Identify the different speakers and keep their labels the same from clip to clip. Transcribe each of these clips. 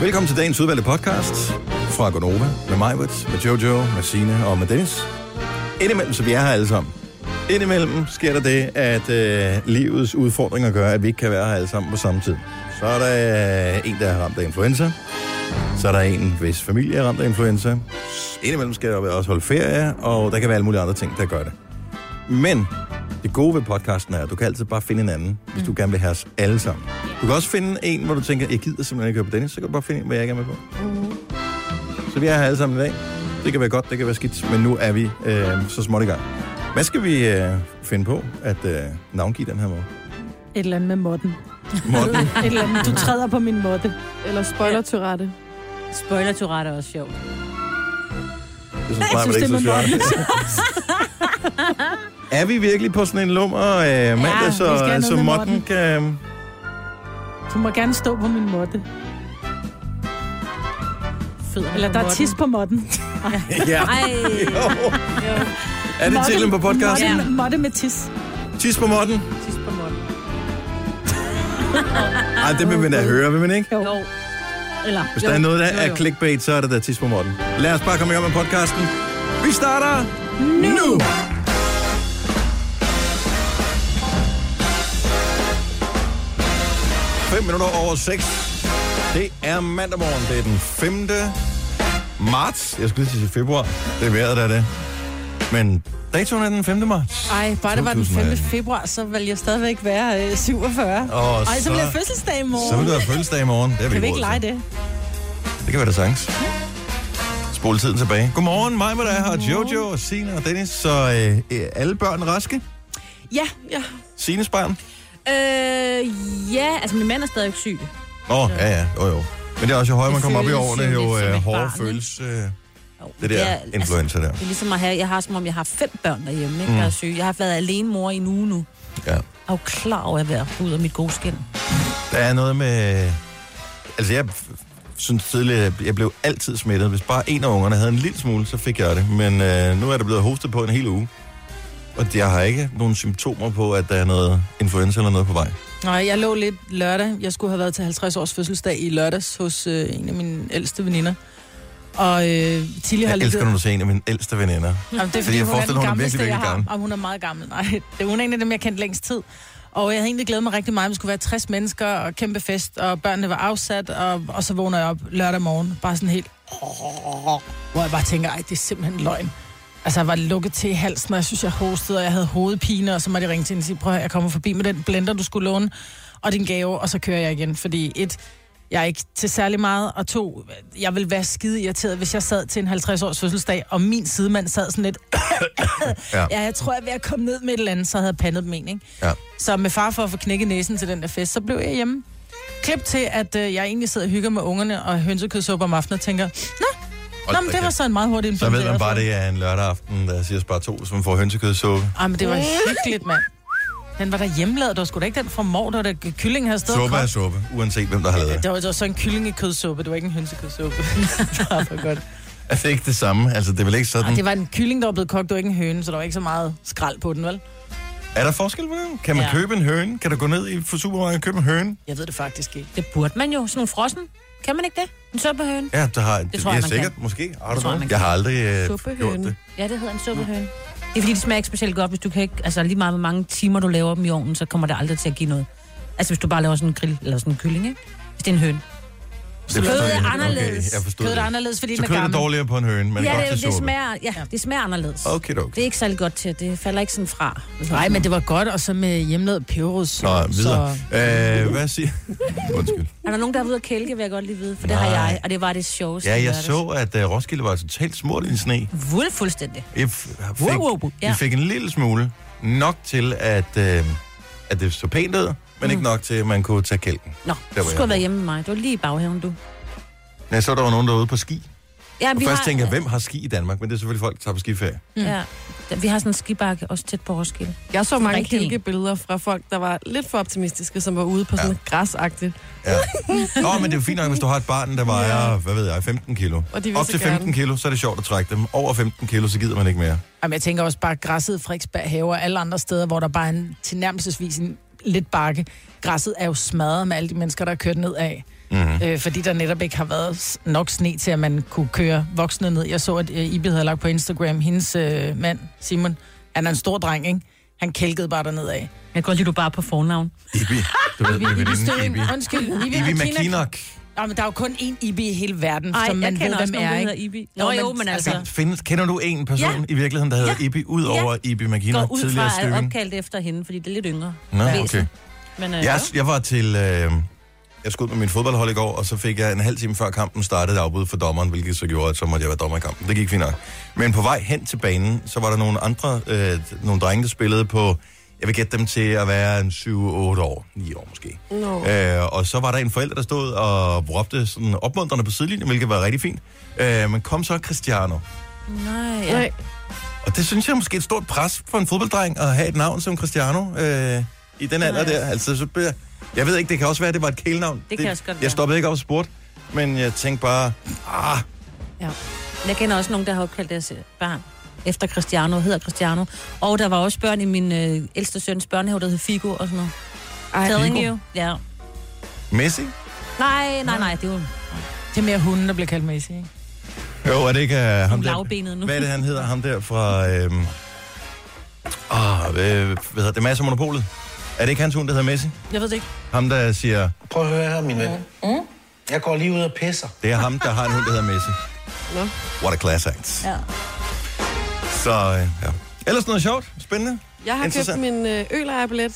Speaker 1: Velkommen til dagens udvalgte podcast fra Gonova med Majwitz, med Jojo, med Sine og med Dennis. Indimellem, så vi er her alle sammen. Indimellem sker der det, at øh, livets udfordringer gør, at vi ikke kan være her alle sammen på samme tid. Så er der øh, en, der er ramt af influenza. Så er der en, hvis familie er ramt af influenza. Indimellem skal der også holde ferie, og der kan være alle mulige andre ting, der gør det. Men det gode ved podcasten er, at du kan altid bare finde en anden, hvis du
Speaker 2: Mm.
Speaker 1: gerne vil have os alle sammen. Du kan også finde en, hvor du tænker, jeg gider simpelthen ikke høre på Dennis, så kan du bare finde en, hvor jeg ikke er med på.
Speaker 2: Mm-hmm.
Speaker 1: Så vi er her alle sammen i dag. Det kan være godt, det kan være skidt, men nu er vi øh, så småt i gang. Hvad skal vi øh, finde på at øh, navngive den her måde?
Speaker 2: Et eller andet med modden.
Speaker 1: Morten?
Speaker 2: Et eller andet. Du træder på min modde.
Speaker 3: Eller spoiler Tourette.
Speaker 4: Spoiler Tourette er også sjovt.
Speaker 1: Jeg synes, jeg synes det er med Er vi virkelig på sådan en lummer øh, mandag,
Speaker 2: vi
Speaker 1: ja,
Speaker 2: skal have
Speaker 1: så,
Speaker 2: noget
Speaker 1: så
Speaker 2: med
Speaker 1: Morten
Speaker 2: Morten.
Speaker 1: kan...
Speaker 2: Du må gerne stå på min modde.
Speaker 4: Fødderne
Speaker 2: Eller der er tis på modden.
Speaker 1: ja.
Speaker 4: Ej,
Speaker 1: Jo. Er det titlen på podcasten?
Speaker 2: Modde, modde med tis.
Speaker 1: Tis på Morten?
Speaker 4: tis på munden.
Speaker 1: Ej, det vil man da høre, vil man ikke?
Speaker 2: Jo.
Speaker 4: Jo. Eller,
Speaker 1: Hvis der er noget, der er clickbait, så er det da tis på Morten. Lad os bare komme i gang med podcasten. Vi starter nu! nu. Fem minutter over 6. Det er mandag morgen. Det er den 5. marts. Jeg skulle lige til at sige februar. Det er vejret, der er det. Men datoen er den 5. marts.
Speaker 3: Ej, bare det var den 5.
Speaker 1: 2018.
Speaker 3: februar, så vil jeg stadigvæk være øh, 47.
Speaker 1: Og
Speaker 3: Ej, så bliver jeg
Speaker 1: så,
Speaker 3: fødselsdag i
Speaker 1: så vil
Speaker 3: morgen.
Speaker 1: du have fødselsdag i morgen. Det har
Speaker 3: Kan vi
Speaker 1: råd
Speaker 3: ikke
Speaker 1: til.
Speaker 3: lege det?
Speaker 1: Det kan være der sagtens. Spol tiden tilbage. Godmorgen, mig med dig her, Jojo, og Sina og Dennis. Så øh, er alle børn raske?
Speaker 4: Ja, ja.
Speaker 1: Sines barn?
Speaker 4: Øh, ja, altså min mand er stadig syg.
Speaker 1: Åh, oh, ja, ja, jo, jo. Men det er også, jo højere man
Speaker 4: Det
Speaker 1: kommer op i
Speaker 4: føles
Speaker 1: årene,
Speaker 4: jo lidt
Speaker 1: jo
Speaker 4: som
Speaker 1: øh,
Speaker 4: et
Speaker 1: hårdere
Speaker 4: barn, ikke?
Speaker 1: føles øh, det
Speaker 4: Jo,
Speaker 1: der
Speaker 4: er-
Speaker 1: influencer der. Mm.
Speaker 4: det er ligesom at have, jeg har som om, jeg har fem børn derhjemme, ikke, der er syge. Jeg har været alene mor i en uge nu.
Speaker 1: Ja.
Speaker 4: Jeg er jo klar over at være ud af mit gode skin.
Speaker 1: Der er noget med... Altså, jeg f- synes tidligere, at jeg blev altid smittet. Hvis bare en af ungerne havde en lille smule, så fik jeg det. Men øh, nu er der blevet hostet på en hel uge. Og jeg har ikke nogen symptomer på, at der er noget influenza eller noget på vej.
Speaker 3: Nej, jeg lå lidt lørdag. Jeg skulle have været til 50 års fødselsdag i lørdags hos øh, en af mine ældste veninder. Og øh, Tilly har
Speaker 1: Jeg elsker, når
Speaker 3: ligget...
Speaker 1: du ser en af mine ældste veninder.
Speaker 3: Jamen, det er,
Speaker 1: Fordi
Speaker 3: fordi
Speaker 1: jeg
Speaker 3: hun er den
Speaker 1: forestiller mig, hun er
Speaker 3: gamleste,
Speaker 1: virkelig,
Speaker 3: jeg
Speaker 1: virkelig
Speaker 3: har.
Speaker 1: gammel.
Speaker 3: Og hun er meget gammel. Nej, det er hun er en af dem, jeg kendte længst tid. Og jeg havde egentlig glædet mig rigtig meget. Vi skulle være 60 mennesker og kæmpe fest, og børnene var afsat, og, og så vågner jeg op lørdag morgen. Bare sådan helt... Hvor jeg bare tænker, ej, det er simpelthen løgn. Altså, jeg var lukket til i halsen, og jeg synes, jeg hostede, og jeg havde hovedpine, og så måtte jeg ringe til hende og sige, prøv at høre, jeg kommer forbi med den blender, du skulle låne, og din gave, og så kører jeg igen, fordi et, jeg er ikke til særlig meget, og to, jeg ville være skide irriteret, hvis jeg sad til en 50-års fødselsdag, og min sidemand sad sådan lidt,
Speaker 1: Ja.
Speaker 3: ja, jeg tror, jeg er ved at komme ned med et eller andet, så havde jeg pandet dem en, ikke?
Speaker 1: Ja.
Speaker 3: Så med far for at få knækket næsen til den der fest, så blev jeg hjemme. Klip til, at øh, jeg egentlig sidder og hygger med ungerne og hønsekødsuppe om aftenen og tænker, nå, nå men det var så en meget hurtig
Speaker 1: Så ved man
Speaker 3: implementeret
Speaker 1: bare, det er en lørdag aften, der siger bare to, som får hønsekødssuppe.
Speaker 3: Ej, men det var hyggeligt, mand. Den var der hjemmelavet, der var sgu da ikke den fra mor, der var der kylling havde stået
Speaker 1: Suppe er
Speaker 3: kogt.
Speaker 1: suppe, uanset hvem der har lavet det.
Speaker 3: Det var, det var så en kyllingekødsuppe, det var ikke en hønsekødsuppe. det var for godt.
Speaker 1: Er det ikke det samme? Altså, det er vel ikke
Speaker 3: Ej,
Speaker 1: sådan...
Speaker 3: det var en kylling, der var blevet kogt, det var ikke en høne, så der var ikke så meget skrald på den, vel?
Speaker 1: Er der forskel på det? Kan man
Speaker 3: Ja.
Speaker 1: købe en høne? Kan du gå ned i supermarkedet og købe en høne?
Speaker 3: Jeg ved det faktisk ikke.
Speaker 4: Det burde man jo. Sådan nogle frossen. Kan man ikke det? En suppehøne.
Speaker 1: Ja, der har, det,
Speaker 4: tror jeg,
Speaker 1: ja,
Speaker 4: man
Speaker 1: sikkert,
Speaker 4: kan.
Speaker 1: måske. Har du
Speaker 4: tror jeg,
Speaker 1: noget?
Speaker 4: man
Speaker 1: Jeg har aldrig øh,
Speaker 3: Suppehøne.
Speaker 1: gjort det.
Speaker 4: Ja, det hedder en suppehøne. Det er fordi, de smager ikke specielt godt, hvis du kan ikke... Altså lige meget, hvor mange timer du laver dem i ovnen, så kommer det aldrig til at give noget. Altså hvis du bare laver sådan en grill eller sådan en kylling, ikke? Hvis det er en høne.
Speaker 1: Det
Speaker 4: Kødet
Speaker 1: forstår
Speaker 4: er
Speaker 1: jeg ikke.
Speaker 4: anderledes.
Speaker 1: Okay, jeg forstod
Speaker 3: Kødet er
Speaker 1: det.
Speaker 3: anderledes,
Speaker 1: Så
Speaker 3: fordi den er
Speaker 1: kødet er
Speaker 3: gammel.
Speaker 1: dårligere på en høne, men
Speaker 4: ja,
Speaker 1: godt
Speaker 4: det,
Speaker 1: til
Speaker 4: det,
Speaker 1: suppe.
Speaker 4: smager, ja, det smager anderledes.
Speaker 1: Okay,
Speaker 4: Det
Speaker 1: okay.
Speaker 4: er ikke særlig godt til, det falder ikke sådan fra.
Speaker 3: Nej, men det var godt, og så med hjemmelavet peberrod.
Speaker 1: Nå, videre. Øh, hvad siger... Undskyld.
Speaker 4: Er der nogen, der er ude at kælke, vil jeg godt lige vide, for det har
Speaker 1: Nej.
Speaker 4: jeg, og det var det sjoveste.
Speaker 1: Ja, jeg
Speaker 4: lørdags.
Speaker 1: så, at øh, Roskilde var totalt smurt i sne.
Speaker 4: Vuld fuldstændig.
Speaker 1: Jeg f- fik,
Speaker 4: Wow, wow, wow.
Speaker 1: vi
Speaker 4: Ja.
Speaker 1: fik en lille smule nok til, at, øh, at det så pænt ud, men ikke nok til, at man kunne tage kælken.
Speaker 4: Nå,
Speaker 1: jeg
Speaker 4: du skulle
Speaker 1: var.
Speaker 4: have været hjemme med mig. Det var lige i baghaven, du.
Speaker 1: Men jeg så, der var nogen derude på ski.
Speaker 4: Ja,
Speaker 1: Og først tænkte jeg, hvem har ski i Danmark? Men det er selvfølgelig folk, der tager på skiferie.
Speaker 4: Ja, vi har sådan en skibakke også tæt på Roskilde.
Speaker 5: Jeg så mange
Speaker 4: Rigtig.
Speaker 5: kælke billeder fra folk, der var lidt for optimistiske, som var ude på sådan ja. græsagtigt.
Speaker 1: Ja. Nå, men det er jo fint nok, hvis du har et barn, der vejer, hvad ved jeg, 15 kilo.
Speaker 5: Og de vil
Speaker 1: Op
Speaker 5: så
Speaker 1: til 15
Speaker 5: gerne.
Speaker 1: kilo, så er det sjovt at trække dem. Over 15 kilo, så gider man ikke mere.
Speaker 3: Jamen, jeg tænker også bare græsset Frederiksberg have og alle andre steder, hvor der bare er en tilnærmelsesvis en lidt bakke. Græsset er jo smadret med alle de mennesker, der er kørt ned af.
Speaker 1: Mm-hmm.
Speaker 3: øh, fordi der netop ikke har været s- nok sne til, at man kunne køre voksne ned. Jeg så, at øh, Ibi havde lagt på Instagram, hendes øh, mand, Simon, han er en stor dreng, ikke? Han kælkede bare derned af.
Speaker 4: Jeg kan godt lide, du bare er på fornavn.
Speaker 1: Ibi. Du ved, min
Speaker 3: Ibi
Speaker 1: veninde
Speaker 3: Støen,
Speaker 1: Ibi.
Speaker 3: Ah, undskyld, Ibi,
Speaker 1: Ibi
Speaker 3: McKinnock.
Speaker 1: McKinnock.
Speaker 3: Nå, men der er jo kun én Ibi i hele verden, Ej,
Speaker 4: Ej,
Speaker 3: som
Speaker 4: jeg
Speaker 3: man ved,
Speaker 4: kender også
Speaker 3: hvem
Speaker 4: nogen,
Speaker 3: er,
Speaker 4: der
Speaker 3: ikke?
Speaker 4: hedder Ibi. Nå, jo, men altså...
Speaker 1: Findes, kender du en person ja. i virkeligheden, der hedder ja. Ibi, ud over ja. Ibi
Speaker 4: Går
Speaker 1: McKinnock,
Speaker 4: ud
Speaker 1: tidligere
Speaker 4: fra, at
Speaker 1: Støving?
Speaker 4: opkaldt efter hende, fordi det er lidt yngre.
Speaker 1: Nå,
Speaker 4: væsen.
Speaker 1: okay.
Speaker 4: Men, øh,
Speaker 1: Jeg, jeg var til... Øh, jeg skulle ud med min fodboldhold i går, og så fik jeg en halv time før kampen startede et afbud for dommeren, hvilket så gjorde, at så måtte jeg være dommer i kampen. Det gik fint nok. Men på vej hen til banen, så var der nogle andre, øh, nogle drenge, der spillede på... Jeg vil gætte dem til at være en 7-8 år, 9 år måske.
Speaker 5: Nå.
Speaker 1: Øh, og så var der en forælder, der stod og råbte sådan opmuntrende på sidelinjen, hvilket var rigtig fint. Øh, men kom så Cristiano.
Speaker 4: Nej, ja.
Speaker 5: Nej,
Speaker 1: Og det synes jeg er måske et stort pres for en fodbolddreng at have et navn som Cristiano øh, i den alder der. Altså, så bliver, jeg ved ikke, det kan også være, at det var et kælenavn. Det,
Speaker 4: kan også godt være.
Speaker 1: Jeg stoppede ikke op og spurgte, men jeg tænkte bare, ah,
Speaker 4: Jeg kender også nogen, der har opkaldt deres øh, barn efter Cristiano, hedder Cristiano. Og der var også børn i min øh, ældste søns børnehave, der hed Figo og sådan noget.
Speaker 5: Ej,
Speaker 4: Telling
Speaker 5: Figo.
Speaker 4: you. Ja.
Speaker 1: Messi?
Speaker 4: Nej, nej, nej, det var
Speaker 3: Det er mere hunden, der bliver kaldt Messi, ikke?
Speaker 1: Jo, er det ikke uh, ham
Speaker 4: hun
Speaker 1: der?
Speaker 4: lavbenet nu.
Speaker 1: Hvad er det, han hedder? Ham der fra... Øh, ah, hvad, hvad hedder det? Mads af Monopolet? Er det ikke hans hund, der hedder Messi?
Speaker 3: Jeg ved det ikke.
Speaker 1: Ham, der siger,
Speaker 6: Prøv at høre her, min ven. Mm. Jeg går lige ud og pisser.
Speaker 1: det er ham, der har en hund, der hedder Messi.
Speaker 5: Nå.
Speaker 1: What a class act.
Speaker 4: Ja.
Speaker 1: Så, øh, ja. Ellers noget sjovt, spændende.
Speaker 5: jeg har købt
Speaker 1: Interessant.
Speaker 5: min øh, ølejerbillet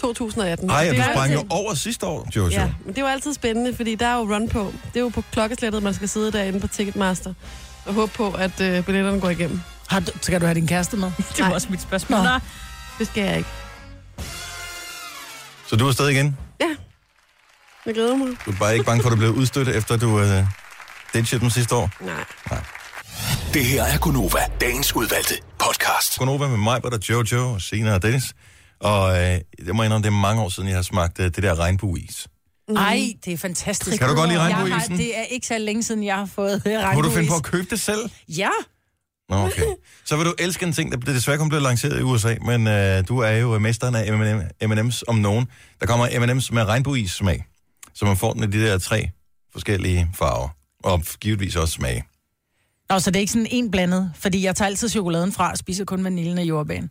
Speaker 5: 2018.
Speaker 1: Ej,
Speaker 5: Det
Speaker 1: og du
Speaker 5: er
Speaker 1: sprang jo
Speaker 5: altid-
Speaker 1: over sidste år, Jojo.
Speaker 5: Ja, men det er jo altid spændende, fordi der er jo run på. Det er jo på klokkeslættet, man skal sidde derinde på Ticketmaster og håbe på, at øh, billetterne går igennem.
Speaker 3: Har du, skal du have din kæreste med?
Speaker 4: Det var også mit spørgsmål. Nå.
Speaker 5: Det skal jeg ikke.
Speaker 1: Så du er afsted igen?
Speaker 5: Ja, jeg glæder mig.
Speaker 1: Du er bare ikke bange for, at du blev udstødt, efter du øh, ditchede dem sidste år?
Speaker 5: Nej.
Speaker 7: Det her er Gunova, dagens udvalgte podcast.
Speaker 1: Gonova med mig, der Jojo, og Sina og Dennis. Og øh, jeg må indrømme, det er mange år siden, jeg har smagt øh, det der regnbueis.
Speaker 3: Nej, det er fantastisk.
Speaker 1: Kan du godt lide
Speaker 3: Jeg har-
Speaker 1: regnbueisen?
Speaker 3: Det er ikke så længe siden, jeg har fået regnbueisen.
Speaker 1: Må du finde på at købe det selv?
Speaker 3: Ja,
Speaker 1: Nå, okay. Så vil du elske en ting, der desværre kun blev lanceret i USA, men øh, du er jo øh, mesteren af M&M, M&M's om nogen. Der kommer M&M's med regnbueis-smag, så man får den i de der tre forskellige farver. Og givetvis også smag.
Speaker 3: Nå, så det er ikke sådan en blandet, fordi jeg tager altid chokoladen fra og spiser kun vaniljen og jordbanen.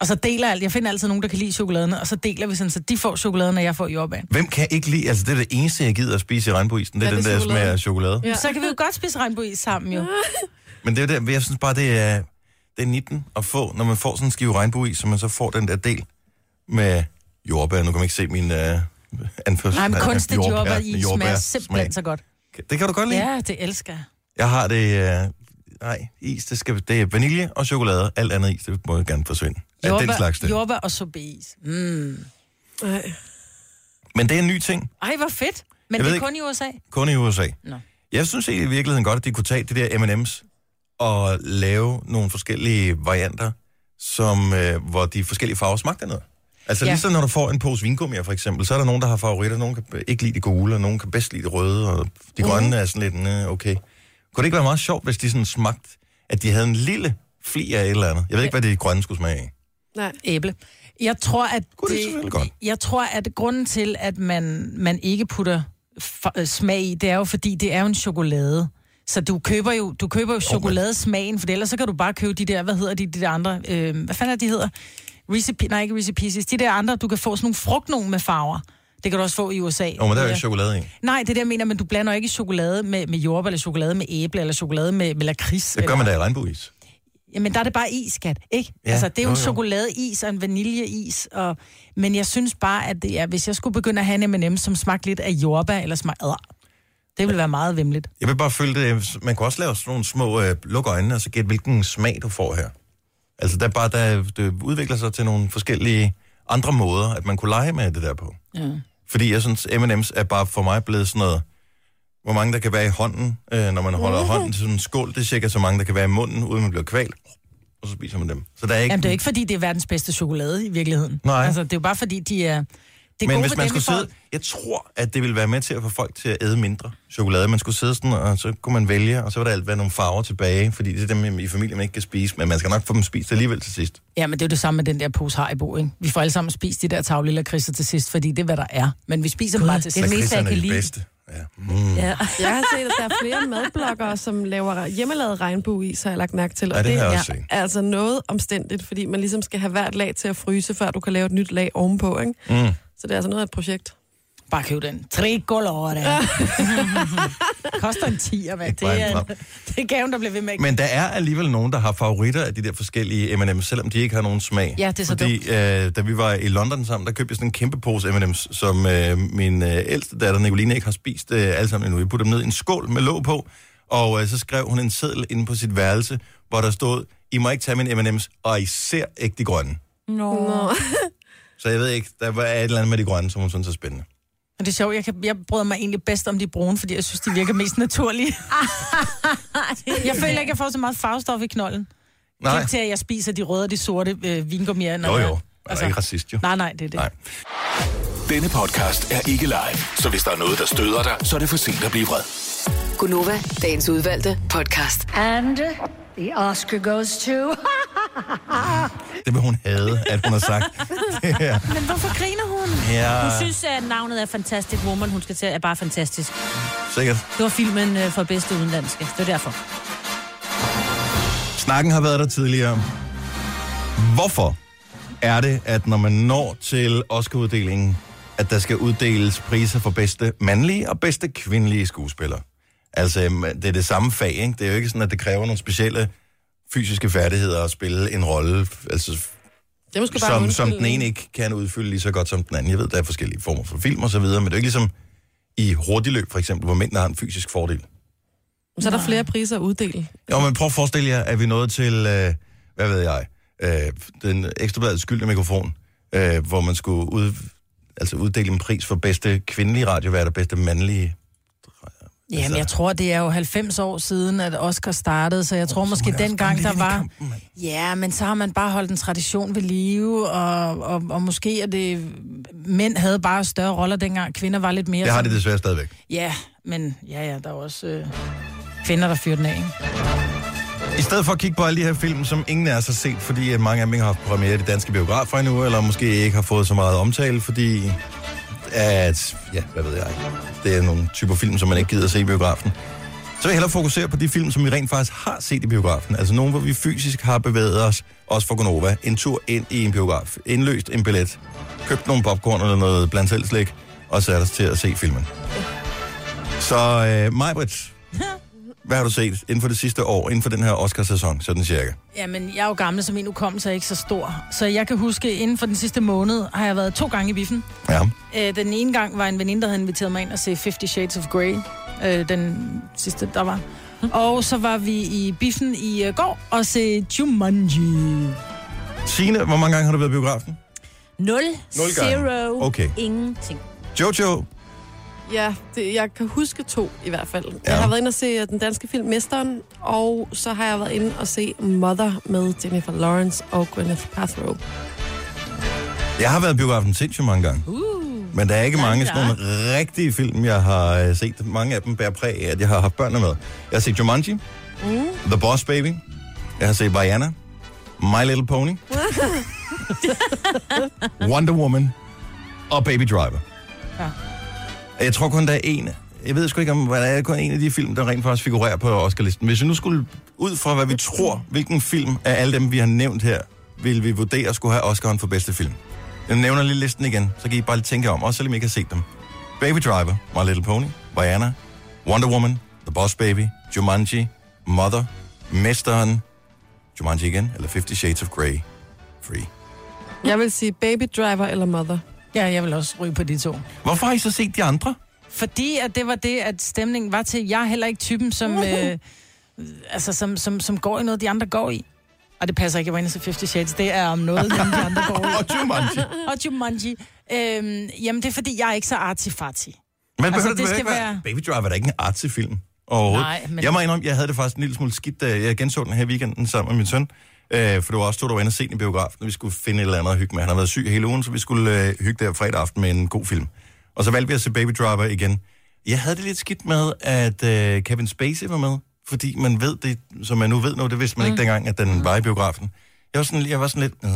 Speaker 3: Og så deler jeg, alt- jeg finder altid nogen, der kan lide chokoladen, og så deler vi sådan, så de får chokoladen, og jeg får jordbanen.
Speaker 1: Hvem kan ikke lide, altså det er det eneste, jeg gider at spise i regnbueisen, det er,
Speaker 5: Er
Speaker 1: den
Speaker 5: det
Speaker 1: der
Speaker 5: chokolade?
Speaker 1: smager af chokolade.
Speaker 5: Ja.
Speaker 3: Ja. Så kan vi jo godt spise regnbueis sammen jo.
Speaker 1: Men det er jo der, jeg synes bare, det er, det er 19 at få, når man får sådan en skive regnbue så man så får den der del med jordbær. Nu kan man ikke se min øh, anførsel.
Speaker 3: Nej, men
Speaker 1: af- af
Speaker 3: kunstigt jordbær i smager
Speaker 1: jordbær-
Speaker 3: simpelthen så godt.
Speaker 1: smag. Det kan du godt lide. Ja.
Speaker 3: Ja, det elsker jeg.
Speaker 1: Jeg har det... Øh, nej, is, det, skal, det er vanilje og chokolade. Alt andet is, det må gerne forsvinde. Jordbær, den slags
Speaker 3: Jordbær,
Speaker 1: det.
Speaker 3: jordbær og sorbet. Mm.
Speaker 5: Ej.
Speaker 1: Men det er en ny ting,
Speaker 3: Ej, hvor fedt. Men
Speaker 1: Jeg
Speaker 3: det
Speaker 1: ved
Speaker 3: er
Speaker 1: ikke-
Speaker 3: kun i USA.
Speaker 1: kun i USA.
Speaker 3: Nå.
Speaker 1: Jeg synes egentlig i virkeligheden godt, at de kunne tage det der M&M's og lave nogle forskellige varianter, som, øh, hvor de forskellige farver smagte noget. Altså ja.
Speaker 3: Ja.
Speaker 1: ligesom når du får en pose vingummier for eksempel, så er der nogen, der har favoritter. Nogen kan ikke lide det gule, og nogen kan bedst lide det røde, og de
Speaker 3: Mhm.
Speaker 1: grønne er sådan lidt, øh, okay. Kunne det ikke være meget sjovt, hvis de sådan smagte, at de havde en lille fli af et eller andet? Jeg ved ikke, hvad det grønne skulle smage af.
Speaker 5: Nej.
Speaker 3: Æble. Jeg tror, at
Speaker 1: Gud, det er selvfølgelig godt.
Speaker 3: Jeg tror, at grunden til, at man, man ikke putter f- øh, smag i, det er jo, fordi det er jo en chokolade. Så du køber jo, du køber jo chokoladesmagen, for ellers så kan du bare købe de der, hvad hedder de, de der andre, øh, hvad fanden er de hedder? Recipe, nej, ikke Reese's Pieces. De der andre, du kan få sådan nogle frugt nogen med farver. Det kan du også få i USA.
Speaker 1: Nå, men der er jo
Speaker 3: Ja.
Speaker 1: ikke chokolade i.
Speaker 3: Nej, det er det, jeg mener, men du blander jo ikke chokolade med, med jordbær, eller chokolade med æble, eller chokolade med, med lakrids. Øh,
Speaker 1: Det gør man da i regnbueis.
Speaker 3: Jamen, der er det bare is, skat, ikke?
Speaker 1: Ja,
Speaker 3: Ja, altså, det er jo,
Speaker 1: jo,
Speaker 3: en
Speaker 1: jo.
Speaker 3: chokoladeis og en vaniljeis, og... men jeg synes bare, at det er, hvis jeg skulle begynde at have en M&M, som smagte lidt af jordbær, eller smag... Adr. Det ville være meget vemmeligt.
Speaker 1: Jeg vil bare følge det. øh, Man kan også lave sådan nogle små øh, luk øjnene, og så gætte, hvilken smag du får her. Altså, der er bare, der, det udvikler sig til nogle forskellige andre måder, at man kunne lege med det der på.
Speaker 3: Ja.
Speaker 1: Fordi jeg synes, M&M's er bare for mig blevet sådan noget, hvor mange der kan være i hånden, øh, når man holder hånden til sådan en skål. Det er cirka så mange, der kan være i munden, uden man bliver kvalt. Og så spiser man dem. Så der er ikke...
Speaker 3: Jamen, det er jo ikke, fordi det er verdens bedste chokolade i virkeligheden.
Speaker 1: Nej.
Speaker 3: Altså, det er jo bare, fordi de er... Det er
Speaker 1: Men
Speaker 3: gode
Speaker 1: hvis
Speaker 3: ved
Speaker 1: man
Speaker 3: dem,
Speaker 1: skulle
Speaker 3: vi får-
Speaker 1: sidde... Jeg tror, at det ville være med til at få folk til at æde mindre chokolade. Man skulle sidde sådan, og så kunne man vælge, og så ville der alt være nogle farver tilbage, fordi det er dem i familien, man ikke kan spise, men man skal nok få dem spist alligevel til sidst.
Speaker 3: Ja, men det er jo det samme med den der pose Haribo, ikke? Vi får alle sammen spist de der tavle lakridser til sidst, fordi det er, hvad der er. Men vi spiser dem bare til
Speaker 4: det er
Speaker 3: sidst.
Speaker 4: mest, jeg
Speaker 1: Lakridserne
Speaker 4: kan
Speaker 1: er de
Speaker 4: lide.
Speaker 1: bedste. Ja. Ja. Mm.
Speaker 4: Ja.
Speaker 5: Jeg har set, at der er flere madbloggere, som laver hjemmelavet regnbue i, så har jeg lagt mærke til.
Speaker 1: Ja, det har jeg
Speaker 5: er
Speaker 1: også set.
Speaker 5: altså noget omstændigt, fordi man ligesom skal have hvert lag til at fryse, før du kan lave et nyt lag ovenpå, ikke?
Speaker 1: Mm.
Speaker 5: Så det er altså noget af et projekt.
Speaker 3: Bare køb den. Tre kolore. Koster en 10 hvad?
Speaker 1: Ikke
Speaker 3: Det
Speaker 1: bare en
Speaker 3: er,
Speaker 1: klam.
Speaker 3: det er gaven, der bliver ved med.
Speaker 1: Men der er alligevel nogen, der har favoritter af de der forskellige M&M's, selvom de ikke har nogen smag.
Speaker 3: Ja, det er så
Speaker 1: Fordi øh, da vi var i London sammen, der købte jeg sådan en kæmpe pose M&M's, som øh, min øh, ældste datter, Nicoline, ikke har spist øh, alle sammen endnu. Jeg puttede dem ned i en skål med låg på, og øh, så skrev hun en seddel inde på sit værelse, hvor der stod, I må ikke tage mine M&M's, og især ikke de grønne.
Speaker 4: Nå.
Speaker 5: Nå.
Speaker 1: Så jeg ved ikke, der var et eller andet med de grønne, som hun synes er spændende.
Speaker 3: Men det er sjovt, jeg, kan, jeg bryder mig egentlig bedst om de brune, fordi jeg synes, de virker mest naturlige. jeg føler ikke, jeg får så meget farvestof i knolden. Nej.
Speaker 1: Nej,
Speaker 3: til, at jeg spiser de røde og de sorte øh, vingummier. når
Speaker 1: jo
Speaker 3: jeg-
Speaker 1: jo, man er ikke racist jo.
Speaker 3: Altså- Nej, nej, det er det.
Speaker 1: Nej.
Speaker 7: Denne podcast er ikke live, så hvis der er noget, der støder dig, så er det for sent at blive vred.
Speaker 8: Gunova, dagens udvalgte podcast.
Speaker 9: And the Oscar goes to.
Speaker 1: Det vil hun have, at hun har sagt. ja.
Speaker 3: Men hvorfor griner hun?
Speaker 1: ja,
Speaker 4: Hun synes, at navnet er Fantastic Woman, hun skal til, er bare fantastisk.
Speaker 1: sikkert.
Speaker 4: Det var filmen øh, for bedste udenlandske. Det var derfor.
Speaker 1: Snakken har været der tidligere. Hvorfor er det, at når man når til Oscar-uddelingen, at der skal uddeles priser for bedste mandlige og bedste kvindelige skuespillere? Altså, øhm, det er det samme fag, ikke? Det er jo ikke sådan, at det kræver nogle specielle fysiske færdigheder at spille en rolle, altså,
Speaker 5: Det er måske bare
Speaker 1: som,
Speaker 5: en
Speaker 1: som den
Speaker 5: undskyldning.
Speaker 1: ene ikke kan udfylde lige så godt som den anden. Jeg ved, der er forskellige former for film og så videre, men det er jo ikke ligesom i hurtigløb, for eksempel, hvor mændene har en fysisk fordel.
Speaker 5: Så er der flere priser at uddele.
Speaker 1: Jo, men prøv at forestille jer, at vi nåede til, øh, hvad ved jeg, øh, den ekstrabladet skyldte mikrofon, øh, hvor man skulle ud, altså uddele en pris for bedste kvindelige radiovært og bedste mandlige. altså-
Speaker 3: Jamen, jeg tror, det er jo 90 år siden, at Oscar startede, så jeg tror måske dengang, der var... Ja, men så har man bare holdt en tradition ved live, og, og, og måske er det... Mænd havde bare større roller dengang, kvinder var lidt mere...
Speaker 1: Det har det
Speaker 3: sådan-
Speaker 1: desværre stadigvæk.
Speaker 3: Ja, men ja, ja, der er jo også øh, kvinder, der fyrer den af, ikke?
Speaker 1: I stedet for at kigge på alle de her film, som ingen af os har set, fordi at mange af dem ikke har haft premiere i de danske biografer endnu, eller måske ikke har fået så meget omtale, fordi at, ja, hvad ved jeg, det er nogle typer film, som man ikke gider at se i biografen. Så vil jeg hellere fokusere på de film, som vi rent faktisk har set i biografen. Altså nogle, hvor vi fysisk har bevæget os, også for Gonova, en tur ind i en biograf, indløst en billet, købt nogle popcorn eller noget blandt selv slik, og sat os til at se filmen. Så øh, Majbrit, hvad har du set inden for det sidste år, inden for den her Oscarsæson, sådan cirka?
Speaker 3: Jamen, jeg er jo gammel, så min ukommelse er ikke så stor. Så jeg kan huske, inden for den sidste måned har jeg været to gange i biffen.
Speaker 1: Ja.
Speaker 3: Øh, den ene gang var en veninde, der havde inviteret mig ind og se Fifty Shades of Grey. Øh, den sidste, der var. Og så var vi i biffen i øh, går og se Jumanji.
Speaker 1: Signe, hvor mange gange har du været i biografen?
Speaker 4: Nul,
Speaker 1: Nul gange.
Speaker 4: zero,
Speaker 1: Okay.
Speaker 4: ingenting.
Speaker 1: Jojo,
Speaker 5: Ja, det, jeg kan huske to i hvert fald. Ja.
Speaker 1: Ja.
Speaker 5: Jeg har været inde og se øh, den danske film Mesteren, og så har jeg været inde og se Mother med Jennifer Lawrence og Gwyneth Paltrow.
Speaker 1: jeg har været i biografen sindssygt mange gange. Uh, men der er ikke mange sådan nogle rigtige film, jeg har øh, set. Mange af dem bærer præg af, at jeg har haft børnene med. Jeg har set Jumanji, mm. The Boss Baby, jeg har set Diana, My Little Pony, Wonder Woman og Baby Driver.
Speaker 3: Ja.
Speaker 1: Jeg tror kun, der er en. Jeg ved sgu ikke, om der er kun en af de film, der rent faktisk figurerer på Oscarlisten. Hvis vi nu skulle ud fra, hvad vi tror, hvilken film af alle dem, vi har nævnt her, vil vi vurdere skulle have Oscar'en for bedste film. Jeg nævner lige listen igen, så kan I bare lige tænke om, også selvom I ikke har set dem. Baby Driver, My Little Pony, Diana, Wonder Woman, The Boss Baby, Jumanji, Mother, Mesteren, Jumanji igen, eller 50 Shades of Grey, Free.
Speaker 5: Jeg vil sige Baby Driver eller Mother.
Speaker 3: Ja, jeg vil også ryge på de to.
Speaker 1: Hvorfor har I så set de andre?
Speaker 3: Fordi at det var det, at stemningen var til. Jeg er heller ikke typen, som, øh, altså, som, som, som går i noget, de andre går i. Og det passer ikke, jeg var inde til Fifty Shades. Det er om noget, de andre går i.
Speaker 1: Og Jumanji.
Speaker 3: og Jumanji. Øhm, jamen, det er fordi, jeg er ikke så artifarti.
Speaker 1: Men
Speaker 3: Altså,
Speaker 1: altså, det
Speaker 3: det
Speaker 1: skal
Speaker 3: skal
Speaker 1: være...
Speaker 3: være-
Speaker 1: Baby Driver er da ikke en artsy film overhovedet. Nej,
Speaker 3: Nej,
Speaker 1: men...
Speaker 3: men-
Speaker 1: Jeg må indrømme, jeg havde det faktisk en lille smule skidt, da jeg genså den her i weekenden sammen med min søn. Øh, for det var også to, der var inde og se den i biografen, og vi skulle finde et eller andet at hygge med. Han har været syg hele ugen, så vi skulle øh, hygge der fredag aften med en god film. Og så valgte vi at se Baby Driver igen. Jeg havde det lidt skidt med, at øh, Kevin Spacey var med, fordi man ved det, som man nu ved nu, det vidste man mm. ikke dengang, at den var i biografen. Jeg var sådan, jeg var sådan lidt... Øh.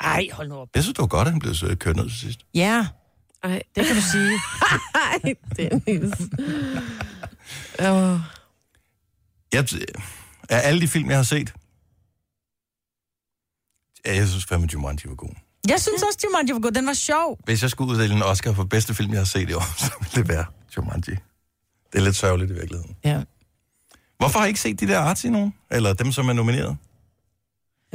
Speaker 3: Ej, hold nu op.
Speaker 1: Jeg synes, det var godt, at han blev så kørt ned til sidst.
Speaker 3: Ja.
Speaker 5: Nej,
Speaker 3: Det kan du sige.
Speaker 5: nej, Dennis. Åh,
Speaker 1: Jeg, af alle de film, jeg har set, ja, jeg synes fandme, Jumanji var god.
Speaker 3: Jeg synes også, Jumanji var god. Den var sjov.
Speaker 1: Hvis jeg skulle uddele en Oscar for bedste film, jeg har set i år, så ville det være Jumanji. Det er lidt sørgeligt i virkeligheden.
Speaker 3: Ja.
Speaker 1: Hvorfor har I ikke set de der arts i nogen? Eller dem, som er nomineret?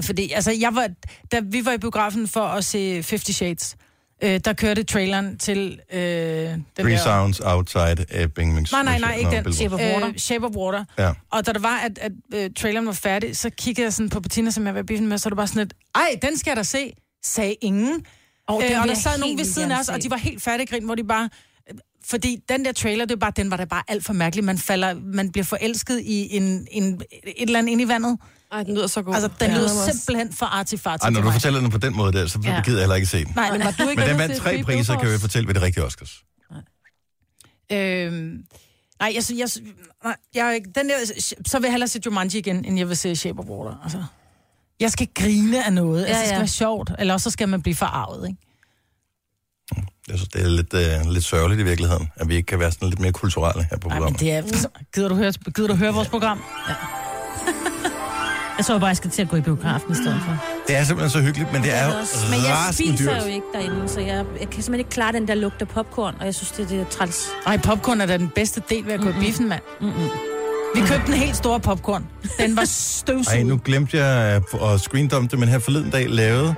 Speaker 3: Fordi, altså, jeg var, da vi var i biografen for at se Fifty Shades, øh, der kørte traileren til øh, den
Speaker 1: Three
Speaker 3: der...
Speaker 1: Sounds Outside Ebbing
Speaker 3: Nej, nej, nej, ikke
Speaker 1: Shape
Speaker 3: den.
Speaker 4: Shape of Water.
Speaker 3: Øh, Shape of Water.
Speaker 1: Ja.
Speaker 3: Og da det var, at, at øh, traileren var færdig, så kiggede jeg sådan på Bettina, som jeg var i biffen med, så var det bare sådan et, ej, den skal jeg da se, sagde ingen.
Speaker 4: Åh,
Speaker 3: Oh,
Speaker 4: den
Speaker 3: øh, og
Speaker 4: vil
Speaker 3: der
Speaker 4: jeg
Speaker 3: sad nogen
Speaker 4: helt
Speaker 3: ved
Speaker 4: vildt
Speaker 3: siden af
Speaker 4: gerne
Speaker 3: os, og
Speaker 4: se.
Speaker 3: de var helt færdiggrin, hvor de bare... øh, Fordi den der trailer, det var bare, den var da bare alt for mærkelig. Man, falder, man bliver forelsket i en, en, et eller andet ind i vandet.
Speaker 5: Ej, den lyder så god.
Speaker 3: Altså, den
Speaker 5: Jeg
Speaker 3: lød
Speaker 5: glæder mig også.
Speaker 3: simpelthen for artifarti
Speaker 1: Ej, når
Speaker 3: til
Speaker 1: du
Speaker 3: mig.
Speaker 1: fortæller den på den måde der, så ja.
Speaker 4: Ja.
Speaker 1: gider jeg heller ikke se den.
Speaker 3: Nej, men var du ikke
Speaker 1: Men den
Speaker 5: inde
Speaker 1: vandt
Speaker 5: og se
Speaker 1: tre
Speaker 5: Three
Speaker 1: priser, kan jeg
Speaker 5: Billboards?
Speaker 1: fortælle ved det rigtige Oscars.
Speaker 3: Øhm, nej, jeg, sy- jeg, sy- nej, jeg, er ikke- den der, så vil jeg hellere se Jumanji igen, end jeg vil se Shape of Water. Altså. Jeg skal grine af noget. Ja, altså, det skal
Speaker 4: ja.
Speaker 3: være sjovt. Eller også så skal man blive forarvet, ikke?
Speaker 1: Jeg synes, det er lidt, øh, lidt sørgeligt i virkeligheden, at vi ikke kan være sådan lidt mere kulturelle her på
Speaker 3: Nej, men
Speaker 1: programmet.
Speaker 3: det er... Gider du høre, gider du høre vores program?
Speaker 4: Jeg tror bare, jeg skal til at gå i biografen i stedet for.
Speaker 1: Det er simpelthen så hyggeligt, men det er jo
Speaker 4: Men jeg
Speaker 1: rasende
Speaker 4: spiser
Speaker 1: dyrt.
Speaker 4: jo ikke derinde, så jeg, jeg kan simpelthen ikke klare den der lugt af popcorn, og jeg synes, det, det er træls.
Speaker 3: Ej, popcorn er da den bedste del ved at gå i biffen, mand. Vi købte den helt store popcorn. Den var
Speaker 1: Ej,
Speaker 3: støvsug.
Speaker 1: nu glemte jeg øh, at screendumpe det, men her forleden dag lavede,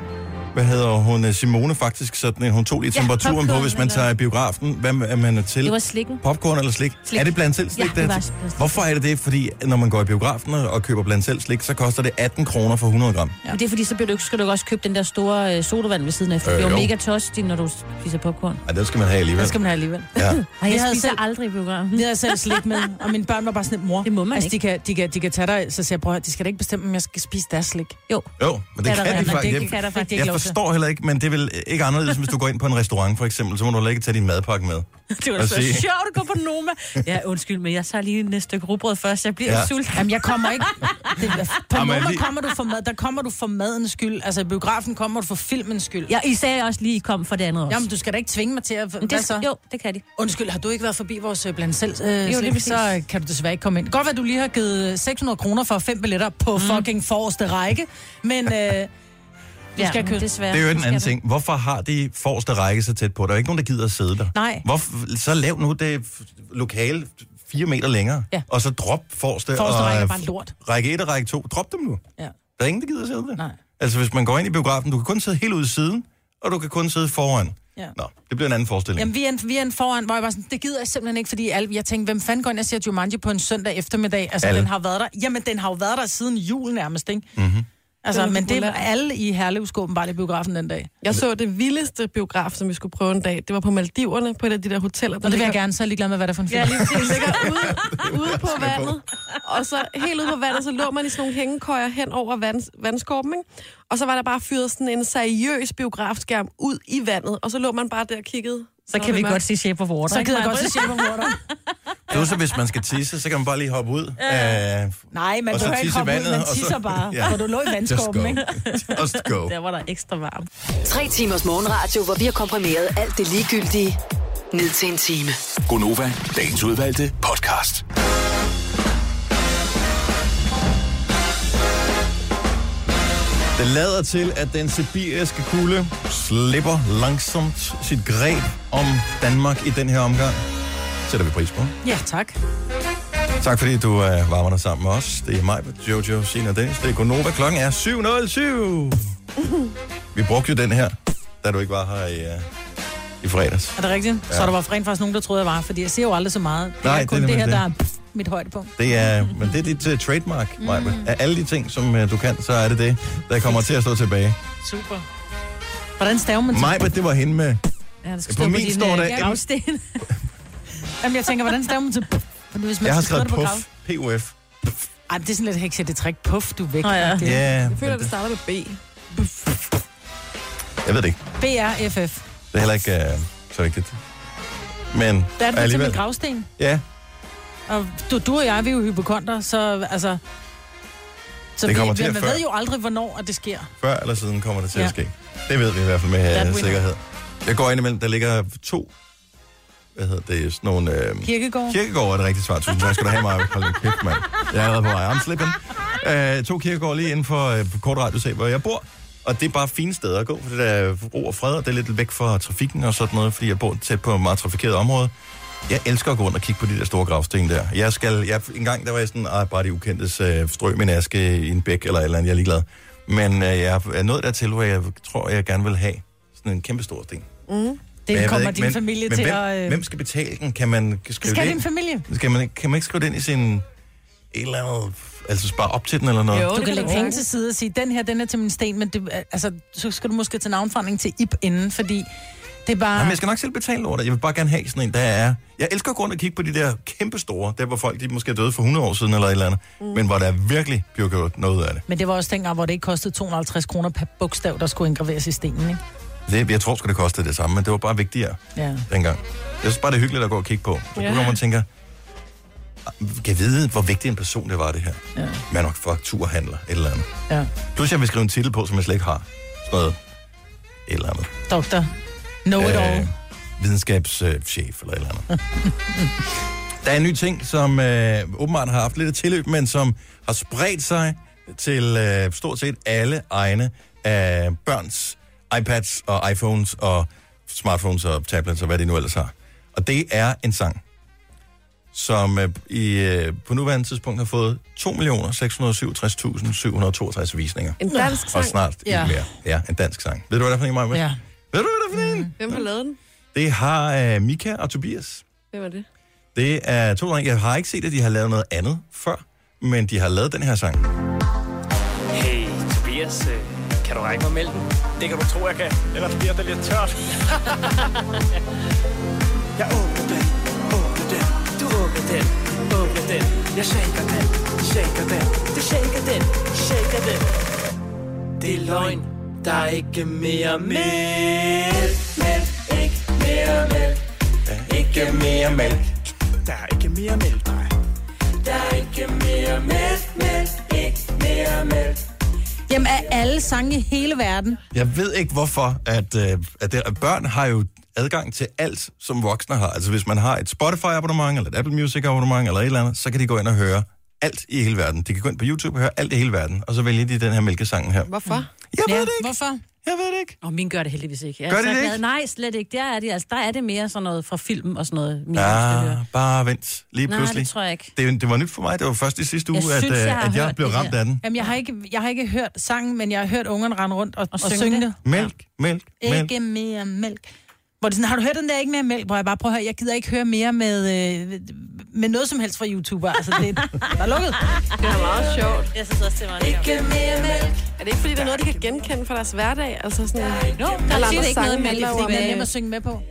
Speaker 1: hvad hedder hun, øh, Simone faktisk sådan, en- hun tog lige
Speaker 4: Ja,
Speaker 1: temperaturen på,
Speaker 4: popcorn,
Speaker 1: hvis man
Speaker 4: eller-
Speaker 1: tager i biografen, hvad er man er til.
Speaker 4: Det var slikken.
Speaker 1: Popcorn eller slik?
Speaker 4: Slik.
Speaker 1: Er det blandt selv slik?
Speaker 4: Ja, det var
Speaker 1: til?
Speaker 4: blandt selv.
Speaker 1: Hvorfor er det det? Fordi når man går i biografen og køber blandt selv slik, så koster det 18 kroner for 100 gram.
Speaker 4: Ja. Men det er fordi, så bliver du, ikke- skal du ikke også købe den der store øh, sodavand ved siden af, for
Speaker 1: Øh,
Speaker 4: øh, det er
Speaker 1: jo.
Speaker 4: jo mega tostig, når du spiser popcorn.
Speaker 1: Ej, det skal man have alligevel.
Speaker 3: Den skal man have alligevel.
Speaker 1: Ja.
Speaker 4: Ej, jeg,
Speaker 3: Jeg havde
Speaker 4: spiser
Speaker 3: selv-
Speaker 4: aldrig i biografen.
Speaker 3: Vi havde selv slik med, og mine børn var bare sådan, mor,
Speaker 4: Det må man
Speaker 3: altså,
Speaker 4: ikke.
Speaker 3: De kan, de, kan, de kan tage dig, så siger jeg, prøv at høre, de skal da ikke bestemme, om jeg skal spise deres slik.
Speaker 4: Jo,
Speaker 1: Jo, men det
Speaker 4: der
Speaker 1: kan
Speaker 4: er,
Speaker 1: de
Speaker 4: men
Speaker 1: faktisk.
Speaker 4: det kan der
Speaker 1: Jeg-
Speaker 4: faktisk
Speaker 3: ikke
Speaker 1: Jeg
Speaker 3: lov til.
Speaker 1: forstår heller ikke, men det er vel ikke anderledes, hvis du går ind på en restaurant for eksempel, så må du heller ikke tage din madpakke med.
Speaker 4: det var
Speaker 1: At
Speaker 4: da så
Speaker 1: sige-
Speaker 4: sjovt at gå på Noma. Ja, undskyld, men jeg tager lige næste stykke rugbrød først. Jeg bliver
Speaker 1: Ja.
Speaker 4: ja. sulten.
Speaker 3: Jamen, jeg kommer ikke... Det, på
Speaker 1: Jamen,
Speaker 3: Noma
Speaker 1: lige-
Speaker 3: kommer du for mad, der kommer du for madens skyld. Altså, i biografen kommer du for filmens skyld.
Speaker 4: Ja, I sagde også lige, I kom for det andet også.
Speaker 3: Jamen, du skal da ikke tvinge mig til at...
Speaker 4: Men
Speaker 3: Hvad
Speaker 4: det,
Speaker 3: så?
Speaker 4: Jo, det kan de.
Speaker 3: Undskyld, har du ikke været forbi vores øh, blandt selv? Øh,
Speaker 4: lige
Speaker 3: slik?
Speaker 4: præcis.
Speaker 3: så øh, kan du desværre ikke komme ind. Det kan Godt, at du lige har givet øh, 600 kroner for fem billetter på mm. fucking forreste række, men øh, du ja, skal
Speaker 4: men
Speaker 3: købe...
Speaker 4: desværre.
Speaker 1: Det er jo den
Speaker 4: skal
Speaker 1: anden
Speaker 4: du.
Speaker 1: ting. Hvorfor har de forreste række så tæt på? Der er jo ikke nogen, der gider at sidde der.
Speaker 3: Nej.
Speaker 1: Hvorfor, så lav nu det f- lokale f- fire meter længere,
Speaker 3: Ja.
Speaker 1: og så drop forreste,
Speaker 3: Forreste
Speaker 1: og,
Speaker 3: række er bare lort.
Speaker 1: Række 1 og række 2. Drop dem nu.
Speaker 3: Ja.
Speaker 1: Der er ingen, der gider at sidde der.
Speaker 3: Nej.
Speaker 1: Altså, hvis man går ind i biografen, du kan kun sidde helt ude i siden, og du kan kun sidde foran.
Speaker 3: Ja.
Speaker 1: Nå, det bliver en anden forestilling.
Speaker 3: Jamen, vi er, en, vi er en foran, hvor jeg var sådan, det gider jeg simpelthen ikke, fordi alle, jeg tænkte, hvem fanden går ind og ser Jumanji på en søndag eftermiddag? Altså,
Speaker 1: Alle. Mhm.
Speaker 3: alle. den har været der. Jamen, den har jo været der siden jul nærmest, ikke? Mm-hmm. Altså,
Speaker 5: Den er
Speaker 3: men det var
Speaker 5: populær.
Speaker 3: alle i Herlevsko, bare i biografen den dag.
Speaker 5: Jeg så det vildeste biograf, som vi skulle prøve en dag. Det var på Maldiverne, på et af de der hoteller.
Speaker 3: Og det vil jeg
Speaker 5: ligger-
Speaker 3: gerne, så er jeg ligeglad med, hvad det er for en film.
Speaker 5: Ja, lige præcis. ligger ude, ude på vandet. Og så helt ude på vandet, så lå man i sådan nogle hængekøjer hen over vand, vandskorpen, ikke? Og så var der bare fyret sådan en seriøs biografskærm ud i vandet, og så lå man bare der og kiggede.
Speaker 4: Så kan vi godt se Shape of Water.
Speaker 3: så gider jeg godt se Shape of Water.
Speaker 1: Plus, at hvis man skal tisse, så kan man bare lige hoppe ud. Ja. Øh,
Speaker 3: Nej, man
Speaker 1: Og så
Speaker 3: behøver ikke
Speaker 1: tisse i
Speaker 3: hoppe ud,
Speaker 1: vandet,
Speaker 3: man
Speaker 1: og så-
Speaker 3: tisser bare,
Speaker 1: Ja.
Speaker 3: ja. for du lå i
Speaker 1: just go.
Speaker 3: vandskorben, ikke?
Speaker 1: Just go.
Speaker 4: Der var der ekstra varmt.
Speaker 8: Tre timers morgenradio, hvor vi har komprimeret alt det ligegyldige ned til en time.
Speaker 7: Gonova, dagens udvalgte podcast.
Speaker 1: Det lader til, at den sibiriske kulde slipper langsomt sit greb om Danmark i den her omgang. Sætter vi pris på.
Speaker 3: Ja, tak.
Speaker 1: Tak fordi du øh, varmer dig sammen med os. Det er mig, Jojo, Sina og Dennis. Det er Gonova. Klokken er 7.07. Vi brugte jo den her, da du ikke var her i, øh, i fredags.
Speaker 3: Er det rigtigt? Ja. Så der var rent faktisk nogen, der troede, jeg var, fordi jeg ser jo aldrig så meget. Det
Speaker 1: Nej,
Speaker 3: er kun
Speaker 1: det er
Speaker 3: det, her,
Speaker 1: nemlig
Speaker 3: der er pff, mit højdepunkt.
Speaker 1: Det er, men det er dit uh, trademark, mm. Maja. Af alle de ting, som uh, du kan, så er det det, der kommer til at stå tilbage.
Speaker 3: Super. Hvordan staver man til?
Speaker 1: Maja, det var hende med...
Speaker 4: Ja, det skal
Speaker 1: På min står der-
Speaker 4: gravsten.
Speaker 3: Jamen, jeg tænker, hvordan staver man til? pff? Fordi hvis man
Speaker 1: Jeg har
Speaker 3: skal
Speaker 1: skrevet
Speaker 3: skrive det på
Speaker 1: puff. P-U-F.
Speaker 3: grav- Ej, men det er sådan lidt hekset, det træk. Puff, du er væk.
Speaker 4: Nå ja.
Speaker 3: Det er-
Speaker 1: Ja,
Speaker 5: Jeg
Speaker 1: men
Speaker 5: føler, det
Speaker 1: det-
Speaker 5: starter med B.
Speaker 1: jeg ved det ikke.
Speaker 3: BRFF.
Speaker 1: Det er heller ikke øh, så vigtigt. Men
Speaker 3: Der er det for eksempel gravsten.
Speaker 1: Ja,
Speaker 3: Og du, du og jeg, vi er jo hypokonter, så altså... Så
Speaker 1: Det kommer
Speaker 3: vi,
Speaker 1: til at
Speaker 3: man
Speaker 1: før.
Speaker 3: ved jo aldrig, hvornår at det sker.
Speaker 1: før eller siden kommer det til ja.
Speaker 3: Ja.
Speaker 1: at ske. Det ved vi i hvert fald med
Speaker 3: That
Speaker 1: uh,
Speaker 3: we know.
Speaker 1: sikkerhed. Jeg går ind imellem, der ligger to, hvad hedder det, sådan nogle... Øh,
Speaker 3: Kirkegård.
Speaker 1: Kirkegård er det rigtige svar. Tusind tak skal du have, Maja. Hold da kæft, mand. Jeg er allerede på vej. I'm slipping. Øh, to kirkegård lige inden for øh, kort radius af, hvor jeg bor. Og det er bare fine steder at gå, for det er ro og fred, og det er lidt væk fra trafikken og sådan noget, fordi jeg bor tæt på et meget trafikeret område. Jeg elsker at gå rundt og kigge på de der store gravsten der. Jeg skal, jeg, en gang der var jeg sådan, "Ej, bare de ukendtes øh, strø min aske i en bæk eller et eller andet, jeg er ligeglad. Men øh, jeg er nået dertil, hvor jeg tror, jeg gerne vil have sådan en kæmpe stor sten. Men jeg
Speaker 2: Det
Speaker 1: ved
Speaker 2: kommer
Speaker 1: ikke,
Speaker 2: din familie
Speaker 1: men
Speaker 2: til
Speaker 1: hvem,
Speaker 2: at... øh,
Speaker 1: Hvem skal betale den? Kan man skrive
Speaker 2: Skal
Speaker 1: det
Speaker 2: din familie?
Speaker 1: skal man, ikke- kan man ikke skrive det ind i sin... Et eller andet... Altså spare op til den eller noget?
Speaker 3: Du
Speaker 2: Du
Speaker 3: kan
Speaker 2: kan
Speaker 3: lægge
Speaker 2: penge
Speaker 3: penge
Speaker 2: til side og sige, den her, den er til min sten, men det, altså, så skal du måske til navnforandring til IP inden, fordi det er bare...
Speaker 1: Jamen, jeg skal nok selv betale over det. Jeg vil bare gerne have sådan en, der er... Jeg elsker at gå rundt og kigge på de der kæmpe store, der hvor folk de måske er døde for 100 år siden eller et eller andet, mm. men hvor der virkelig bliver gjort noget af det.
Speaker 2: Men det var også dengang, hvor det ikke kostede 250 kroner per bogstav, der skulle indgraveres i stenen, ikke?
Speaker 1: det jeg tror sgu, det kostede det samme, men det var bare vigtigere
Speaker 2: Ja.
Speaker 1: dengang. Jeg synes bare, det er hyggeligt at gå og kigge på. Så ja. man tænker, "Ah, kan jeg vide, hvor vigtig en person det var, det her? Ja. Manufakturhandler, et eller andet.
Speaker 2: Ja.
Speaker 1: Plus, jeg vil skrive en titel på, som jeg slet ikke har. Sådan noget. Et eller andet.
Speaker 2: Doktor. Know it
Speaker 1: Øh.
Speaker 2: all.
Speaker 1: videnskabschef eller et eller andet. Der er en ny ting, som øh, åbenbart har haft lidt af tilløb, men som har spredt sig til øh, stort set alle egne af børns iPads og iPhones og smartphones og tablets og hvad de nu ellers har. Og det er en sang, som øh, i, øh, på nuværende tidspunkt har fået 2.667.762 visninger.
Speaker 5: En dansk
Speaker 1: Og
Speaker 5: sang.
Speaker 1: snart ja.
Speaker 3: Ja.
Speaker 1: ikke mere. Ja, en dansk sang. Ved du, hvad det er for en, Maja?
Speaker 3: Ja.
Speaker 1: Ved du, hvad det er for en?
Speaker 5: Hvem har lavet den?
Speaker 1: Det har øh, Mika og Tobias.
Speaker 5: Hvem er det?
Speaker 1: Det er to drenge. Jeg har ikke set, at de har lavet noget andet før, men de har lavet den her sang.
Speaker 10: Hey, Tobias, øh, kan du række mig mælken? Det kan du tro, jeg kan. Ellers bliver det lidt tørt. jeg åbner den, åbner den. Du åbner den, åbner den. Jeg shaker den, shaker den. Du shaker den, shaker den. Det er løgn, der er ikke mere mælk. Mælk, ikke mere mælk. Der er ikke mere mælk. Der er ikke mere mælk, nej. Der er ikke mere mælk, mælk, ikke mere mælk.
Speaker 2: Jamen, af alle sange i hele verden.
Speaker 1: Jeg ved ikke, hvorfor, at, øh, at, det, at børn har jo adgang til alt, som voksne har. Altså, hvis man har et Spotify-abonnement, eller et Apple Music-abonnement, eller et eller andet, så kan de gå ind og høre alt i hele verden. De kan gå ind på YouTube og høre alt i hele verden, og så vælger de den her mælkesangen her.
Speaker 5: Hvorfor?
Speaker 1: Jeg ved det ikke.
Speaker 2: Hvorfor?
Speaker 1: Jeg ved det ikke.
Speaker 4: Og min gør det heldigvis ikke. Jeg
Speaker 1: Gør
Speaker 4: er
Speaker 1: de
Speaker 4: så
Speaker 1: det
Speaker 4: glad.
Speaker 1: ikke?
Speaker 4: Nej, slet ikke. Der er, det, altså, der er det mere sådan noget fra film og sådan noget. Min
Speaker 1: Ja, Ah, bare vent. Lige
Speaker 4: Nej,
Speaker 1: pludselig.
Speaker 4: det tror jeg ikke.
Speaker 1: Det, det var nyt for mig. Det var først i sidste uge,
Speaker 4: Jeg
Speaker 1: at,
Speaker 4: synes,
Speaker 1: øh,
Speaker 4: jeg har
Speaker 1: at jeg
Speaker 4: hørt
Speaker 1: blev
Speaker 4: det
Speaker 1: ramt
Speaker 4: der.
Speaker 1: af den.
Speaker 2: Jamen, jeg har, ikke, jeg har ikke hørt sangen, men jeg har hørt ungerne rende rundt og, og,
Speaker 4: synge
Speaker 2: synge det.
Speaker 4: det.
Speaker 1: Mælk, mælk, mælk.
Speaker 2: Ikke mere mælk. Hvor det er sådan, har du hørt den der ikke mere mælk? Hvor jeg bare prøver at høre, jeg gider ikke høre mere med, øh, med noget som helst fra YouTuber. Altså, det der er lukket.
Speaker 5: Det er meget sjovt.
Speaker 4: Jeg synes også, det var det.
Speaker 2: Ikke mere mælk.
Speaker 5: Er det ikke, fordi det er noget, de kan genkende fra deres hverdag? Altså sådan,
Speaker 4: Jo, Mm. der siger det ikke noget
Speaker 5: sange
Speaker 4: med det.
Speaker 5: handler jo
Speaker 2: Det
Speaker 5: om-
Speaker 2: er nemt at synge med på.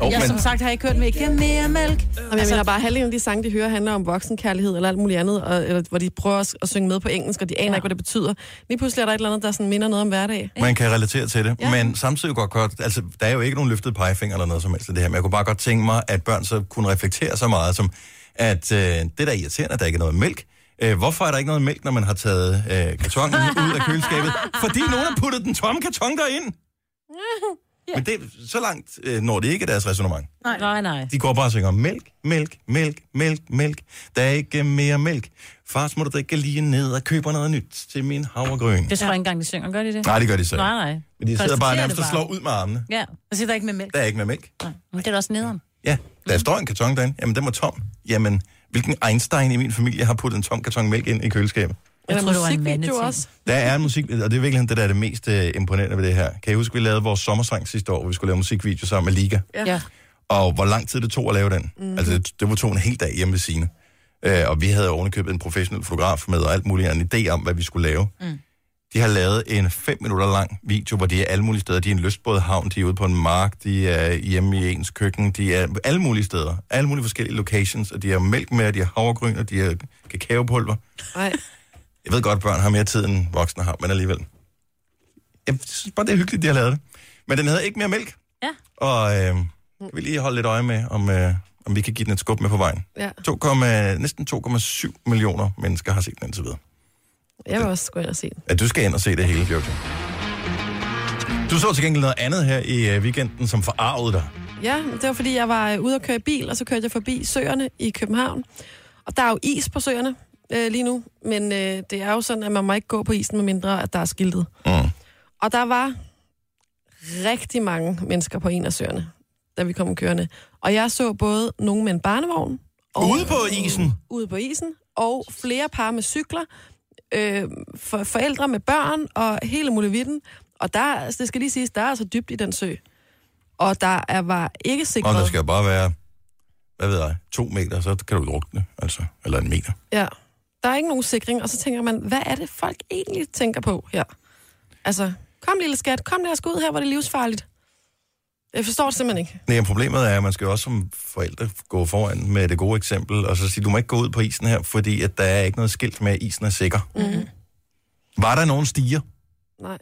Speaker 1: Oh,
Speaker 2: Jeg
Speaker 1: men-
Speaker 2: som sagt har ikke hørt med, ikke mere
Speaker 5: Jamen,
Speaker 2: mælk.
Speaker 4: Altså-
Speaker 5: jeg mener bare, halvdelen af de sange, de hører, handler om voksenkærlighed eller alt muligt andet, og, eller, hvor de prøver at, at synge med på engelsk, og de aner ja. ikke, hvad det betyder. Lige pludselig er der et eller andet, der sådan minder noget om hverdag.
Speaker 1: Man kan relatere til det, ja. men samtidig godt godt, altså der er jo ikke nogen løftet pegefinger eller noget som helst i det her, men jeg kunne bare godt tænke mig, at børn så kunne reflektere så meget som, at øh, det der er da irriterende, at der ikke er noget mælk. Øh, hvorfor er der ikke noget mælk, når man har taget øh, kartongen ud af køleskabet? Fordi nogen har puttet den tomme karton derind. Ja. Men det, så langt øh, når det ikke er deres resonemang.
Speaker 4: Nej, nej.
Speaker 1: De går bare og synger mælk, mælk, mælk, mælk, mælk. Der er ikke mere mælk. Fars må du drikke lige ned og købe noget nyt til min havregryn.
Speaker 4: Det tror jeg ikke engang, de synger. Gør de det?
Speaker 1: Nej, det gør de så ikke.
Speaker 4: Nej, nej.
Speaker 1: Men de sidder
Speaker 4: Konstaterer
Speaker 1: bare nærmest
Speaker 4: det bare.
Speaker 1: og slår ud med armene.
Speaker 4: Ja,
Speaker 2: Og så er der ikke med mælk.
Speaker 1: Der er ikke mere mælk.
Speaker 4: nej. Men det er da også nederen.
Speaker 1: Ja, der står en karton derinde. Jamen, den var tom. Jamen, hvilken Einstein i min familie har puttet en tom karton mælk ind i køleskabet?
Speaker 4: Jeg tror,
Speaker 5: Eller
Speaker 4: det var en
Speaker 5: musikvideo
Speaker 4: mandeting.
Speaker 5: også.
Speaker 1: Der er en musik, og det er virkelig det, der er det mest øh, imponerende ved det her. Kan I huske, vi lavede vores sommersang sidste år, hvor vi skulle lave musikvideo sammen med Liga?
Speaker 5: Ja.
Speaker 4: Ja.
Speaker 1: Og hvor lang tid det tog at lave den? Mm. Altså, det, det var to en hel dag hjemme ved Signe. Øh, og vi havde ovenikøbet en professionel fotograf med og alt muligt, og en idé om, hvad vi skulle lave. Mm. De har lavet en 5 minutter lang video, hvor de er alle mulige steder. De er i en lystbådhavn, de er ude på en mark, de er hjemme i ens køkken, de er alle mulige steder. Alle mulige forskellige locations, og de har mælk med, og de har havregryn, og de har kakaopulver.
Speaker 5: Nej.
Speaker 1: Jeg ved godt, at børn har mere tid, end voksne har, men alligevel. Jeg synes bare, det er hyggeligt, de har lavet det. Men den hedder ikke mere mælk.
Speaker 4: Ja.
Speaker 1: Og øh, kan vi lige holde lidt øje med, om, øh, om vi kan give den et skub med på vejen.
Speaker 5: Ja.
Speaker 1: 2, næsten 2,7 millioner mennesker har set den indtil videre.
Speaker 5: Jeg vil også gå ind og se den.
Speaker 1: Ja, du skal ind og se det hele, Jojo. Du så til gengæld noget andet her i øh, weekenden, som forarvede dig.
Speaker 5: Ja, det var fordi, jeg var øh, ude og køre i bil, og så kørte jeg forbi søerne i København. Og der er jo is på søerne øh, lige nu, men øh, det er jo sådan, at man må ikke gå på isen, medmindre at der er skiltet.
Speaker 1: Mm.
Speaker 5: Og der var rigtig mange mennesker på en af søerne, da vi kom kørende. Og jeg så både nogen med en barnevogn, og
Speaker 1: Ude på isen.
Speaker 5: ude på isen, og flere par med cykler, øh, for, forældre med børn og hele muligheden. Og der, altså, det skal lige siges, der er altså dybt i den sø. Og der er, var ikke
Speaker 1: Og der
Speaker 5: sikret...
Speaker 1: skal bare være, hvad ved jeg, to meter, så kan du drukne, altså. Eller en meter.
Speaker 5: Ja. Der er ikke nogen sikring, og så tænker man, hvad er det folk egentlig tænker på her? Altså, kom lille skat, kom lad os gå ud her, hvor det er livsfarligt. Jeg forstår det simpelthen ikke.
Speaker 1: Nej, men problemet er, at man skal jo også som forældre gå foran med det gode eksempel, og så sige, du må ikke gå ud på isen her, fordi at der er ikke noget skilt med, at isen er sikker.
Speaker 5: Mm.
Speaker 1: Var der nogen stiger?
Speaker 5: Nej.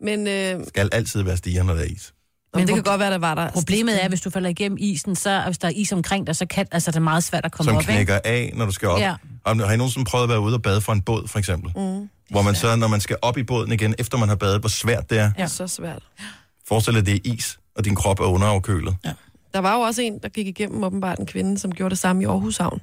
Speaker 5: Men, øh, men
Speaker 1: Skal altid være stiger, når der er is.
Speaker 5: det kan
Speaker 4: proble-
Speaker 5: godt være, der var der.
Speaker 4: Problemet er, at hvis du falder igennem isen, så og hvis der er is omkring dig, så kan, altså, det er meget svært at komme
Speaker 1: Som
Speaker 4: op. Ikke?
Speaker 1: knækker af, når du skal op.
Speaker 4: Ja.
Speaker 1: Og Har I nogensinde prøvet at være ude og bade fra en båd, for eksempel?
Speaker 5: Mm.
Speaker 1: Hvor man så, når man skal op i båden igen, efter man har badet, hvor svært det er.
Speaker 5: Det
Speaker 4: Ja.
Speaker 5: er så svært.
Speaker 1: Forestil dig, det er is, og din krop er underafkølet.
Speaker 5: Der var jo også en, der gik igennem åbenbart en kvinde, som gjorde det samme i Aarhus Havn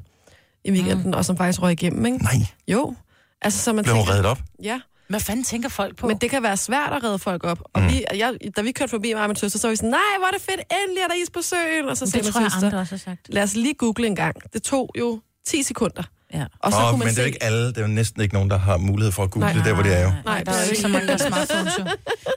Speaker 5: i weekenden, mm. og som faktisk røg igennem, ikke?
Speaker 1: Nej,
Speaker 5: Jo. Altså, så man
Speaker 1: blev hun
Speaker 5: tænker,
Speaker 1: reddet op?
Speaker 5: ja,
Speaker 3: Hvad fanden tænker folk på?
Speaker 5: men det kan være svært at redde folk op. Og
Speaker 1: Mm.
Speaker 5: mm. vi, og jeg, da vi kørte forbi mig og min søster, så var vi sådan, nej, hvor er det fedt, endelig er der is på søen. Og så sagde
Speaker 4: Det
Speaker 5: min
Speaker 4: tror jeg,
Speaker 5: søster,
Speaker 4: andre også har sagt.
Speaker 5: lad os lige google en gang. Det tog jo 10 sekunder.
Speaker 4: Ja.
Speaker 5: Og så
Speaker 1: Åh,
Speaker 5: oh, kunne
Speaker 1: men
Speaker 5: man
Speaker 1: det er
Speaker 5: se...
Speaker 1: jo ikke alle. Det er jo næsten ikke nogen, der har mulighed for at google
Speaker 5: Nej,
Speaker 1: det, der hvor det er jo.
Speaker 4: Nej,
Speaker 5: Nej,
Speaker 4: der er jo ikke så mange, der har smartphones jo.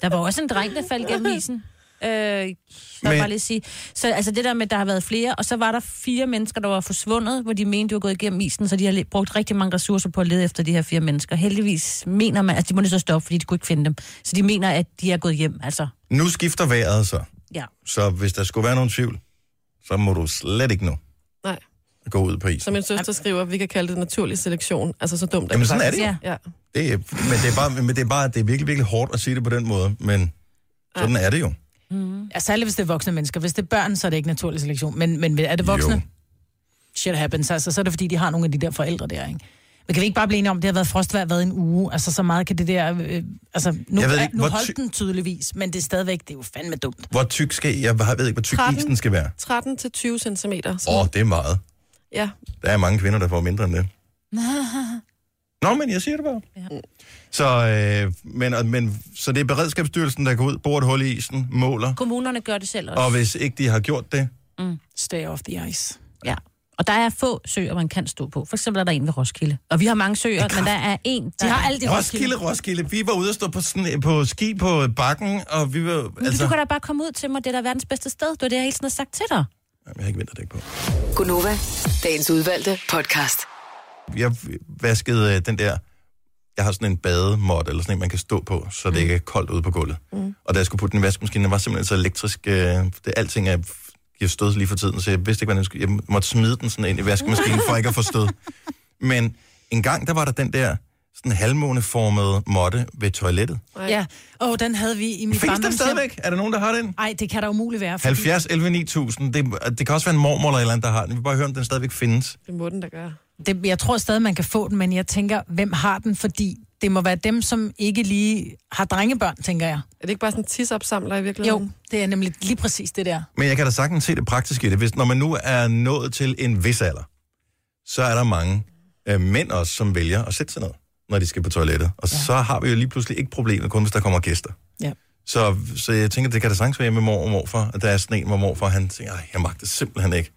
Speaker 4: Der var også en dreng, der faldt gennem isen. Øh, der
Speaker 1: Men-
Speaker 4: men... bare lige sige. Så altså det der med, at der har været flere, og så var der fire mennesker, der var forsvundet, hvor de mente, de var gået igennem isen, så de har le- brugt rigtig mange ressourcer på at lede efter de her fire mennesker. Heldigvis mener man, altså de må nødt til at stoppe, fordi de kunne ikke finde dem. Så de mener, at de er gået hjem, altså.
Speaker 1: Nu skifter vejret så.
Speaker 4: Ja.
Speaker 1: Så hvis der skulle være nogen tvivl, så må du slet ikke nu
Speaker 5: Nej.
Speaker 1: gå ud på
Speaker 5: Som
Speaker 1: isen.
Speaker 5: min søster skriver, vi kan kalde det naturlig selektion. Altså så dumt.
Speaker 1: Jamen, sådan er
Speaker 5: faktisk-
Speaker 1: det.
Speaker 4: Ja.
Speaker 5: Ja.
Speaker 1: det er, men det er, bare, men det er bare det er virkelig, virkelig hårdt at sige det på den måde, men sådan er det jo.
Speaker 3: Ja, særligt hvis det er voksne mennesker. Hvis det er børn, så er det ikke naturlig selektion. Men, men er det voksne?
Speaker 1: Jo.
Speaker 3: Jo. Shit happens. Altså, så er det fordi, de har nogle af de der forældre der, ikke? Men kan vi ikke bare blive enige om, at det har været frostvær været en uge? Altså, så meget kan det der... Øh, altså, nu,
Speaker 1: Jeg ved
Speaker 3: er-
Speaker 1: ikke,
Speaker 3: nu
Speaker 1: hvor
Speaker 3: holdt
Speaker 1: ty-
Speaker 3: den tydeligvis, men det er stadigvæk, det er jo fandme dumt.
Speaker 1: Hvor tyk skal Jeg ved ikke, hvor tyk
Speaker 5: 13.
Speaker 1: isen skal være.
Speaker 5: 13 til 20 cm.
Speaker 1: Åh, oh, det er meget.
Speaker 5: Ja.
Speaker 1: Der er mange kvinder, der får mindre end det. Nå, men jeg siger det bare. Ja. Så, øh, men, og- men, så det er Beredskabsstyrelsen, der går ud, borer et hul i isen, måler,
Speaker 4: Kommunerne gør det selv også.
Speaker 1: og hvis ikke de har gjort det,
Speaker 3: Stay off the ice.
Speaker 4: Ja. Og der er få søer, man kan stå på. For eksempel er der en ved Roskilde. Og vi har mange søer, men der er en. De har alle de
Speaker 1: Roskilde, Roskilde. Vi var ude og stå på, sådan, på ski på bakken, og vi var...
Speaker 4: Altså...
Speaker 1: Altså,
Speaker 4: Du kan
Speaker 1: jamen,
Speaker 4: da bare komme ud til mig, det er da verdens bedste sted. Det var det, jeg hele tiden har sagt til dig.
Speaker 1: jeg har ikke vinterdæk på.
Speaker 8: Gunova, dagens udvalgte podcast.
Speaker 1: Jeg vaskede øh, den der... Jeg har sådan en bademåt, eller sådan en, man kan stå på, så det ikke er koldt ude på gulvet. Mm. Og da jeg skulle putte den i vaskemaskinen, den var simpelthen så elektrisk. Øh, det, alting er, giver stød lige for tiden, så jeg vidste ikke, hvordan jeg skulle... Jeg måtte smide den sådan ind i vaskemaskinen, for ikke at få stød. Men en gang, der var der den der sådan halvmåneformede måtte ved toilettet.
Speaker 5: Nej.
Speaker 3: Ja. Åh, oh, den havde vi i
Speaker 1: Findes
Speaker 3: mit
Speaker 1: den
Speaker 3: barndomshjem.
Speaker 1: stadigvæk? Er der nogen, der har den?
Speaker 3: Ej, det kan da umuligt være. Fordi...
Speaker 1: 70, 11, 9000. Det, det kan også være en mormor eller et eller andet, der har den. Vi vil bare høre, om den stadigvæk findes.
Speaker 5: Det må den da gøre.
Speaker 3: det, jeg tror stadig, man kan få den, men jeg tænker, hvem har den? Fordi det må være dem, som ikke lige har drengebørn, tænker jeg.
Speaker 5: Er det ikke bare sådan en tisopsamler i virkeligheden?
Speaker 3: Jo, det er nemlig lige præcis det der.
Speaker 1: Men jeg kan da sagtens se det praktiske i det. Hvis, når man nu er nået til en vis alder, så er der mange øh, mænd også, som vælger at sætte sig ned, når de skal på toilettet. Og ja. så har vi jo lige pludselig ikke problemet, kun hvis der kommer gæster.
Speaker 3: Ja.
Speaker 1: Så, så jeg tænker, det kan da sagtens være med mor og morfar, at der er sådan en, hvor morfar han tænker, "Ej, jeg magter simpelthen ikke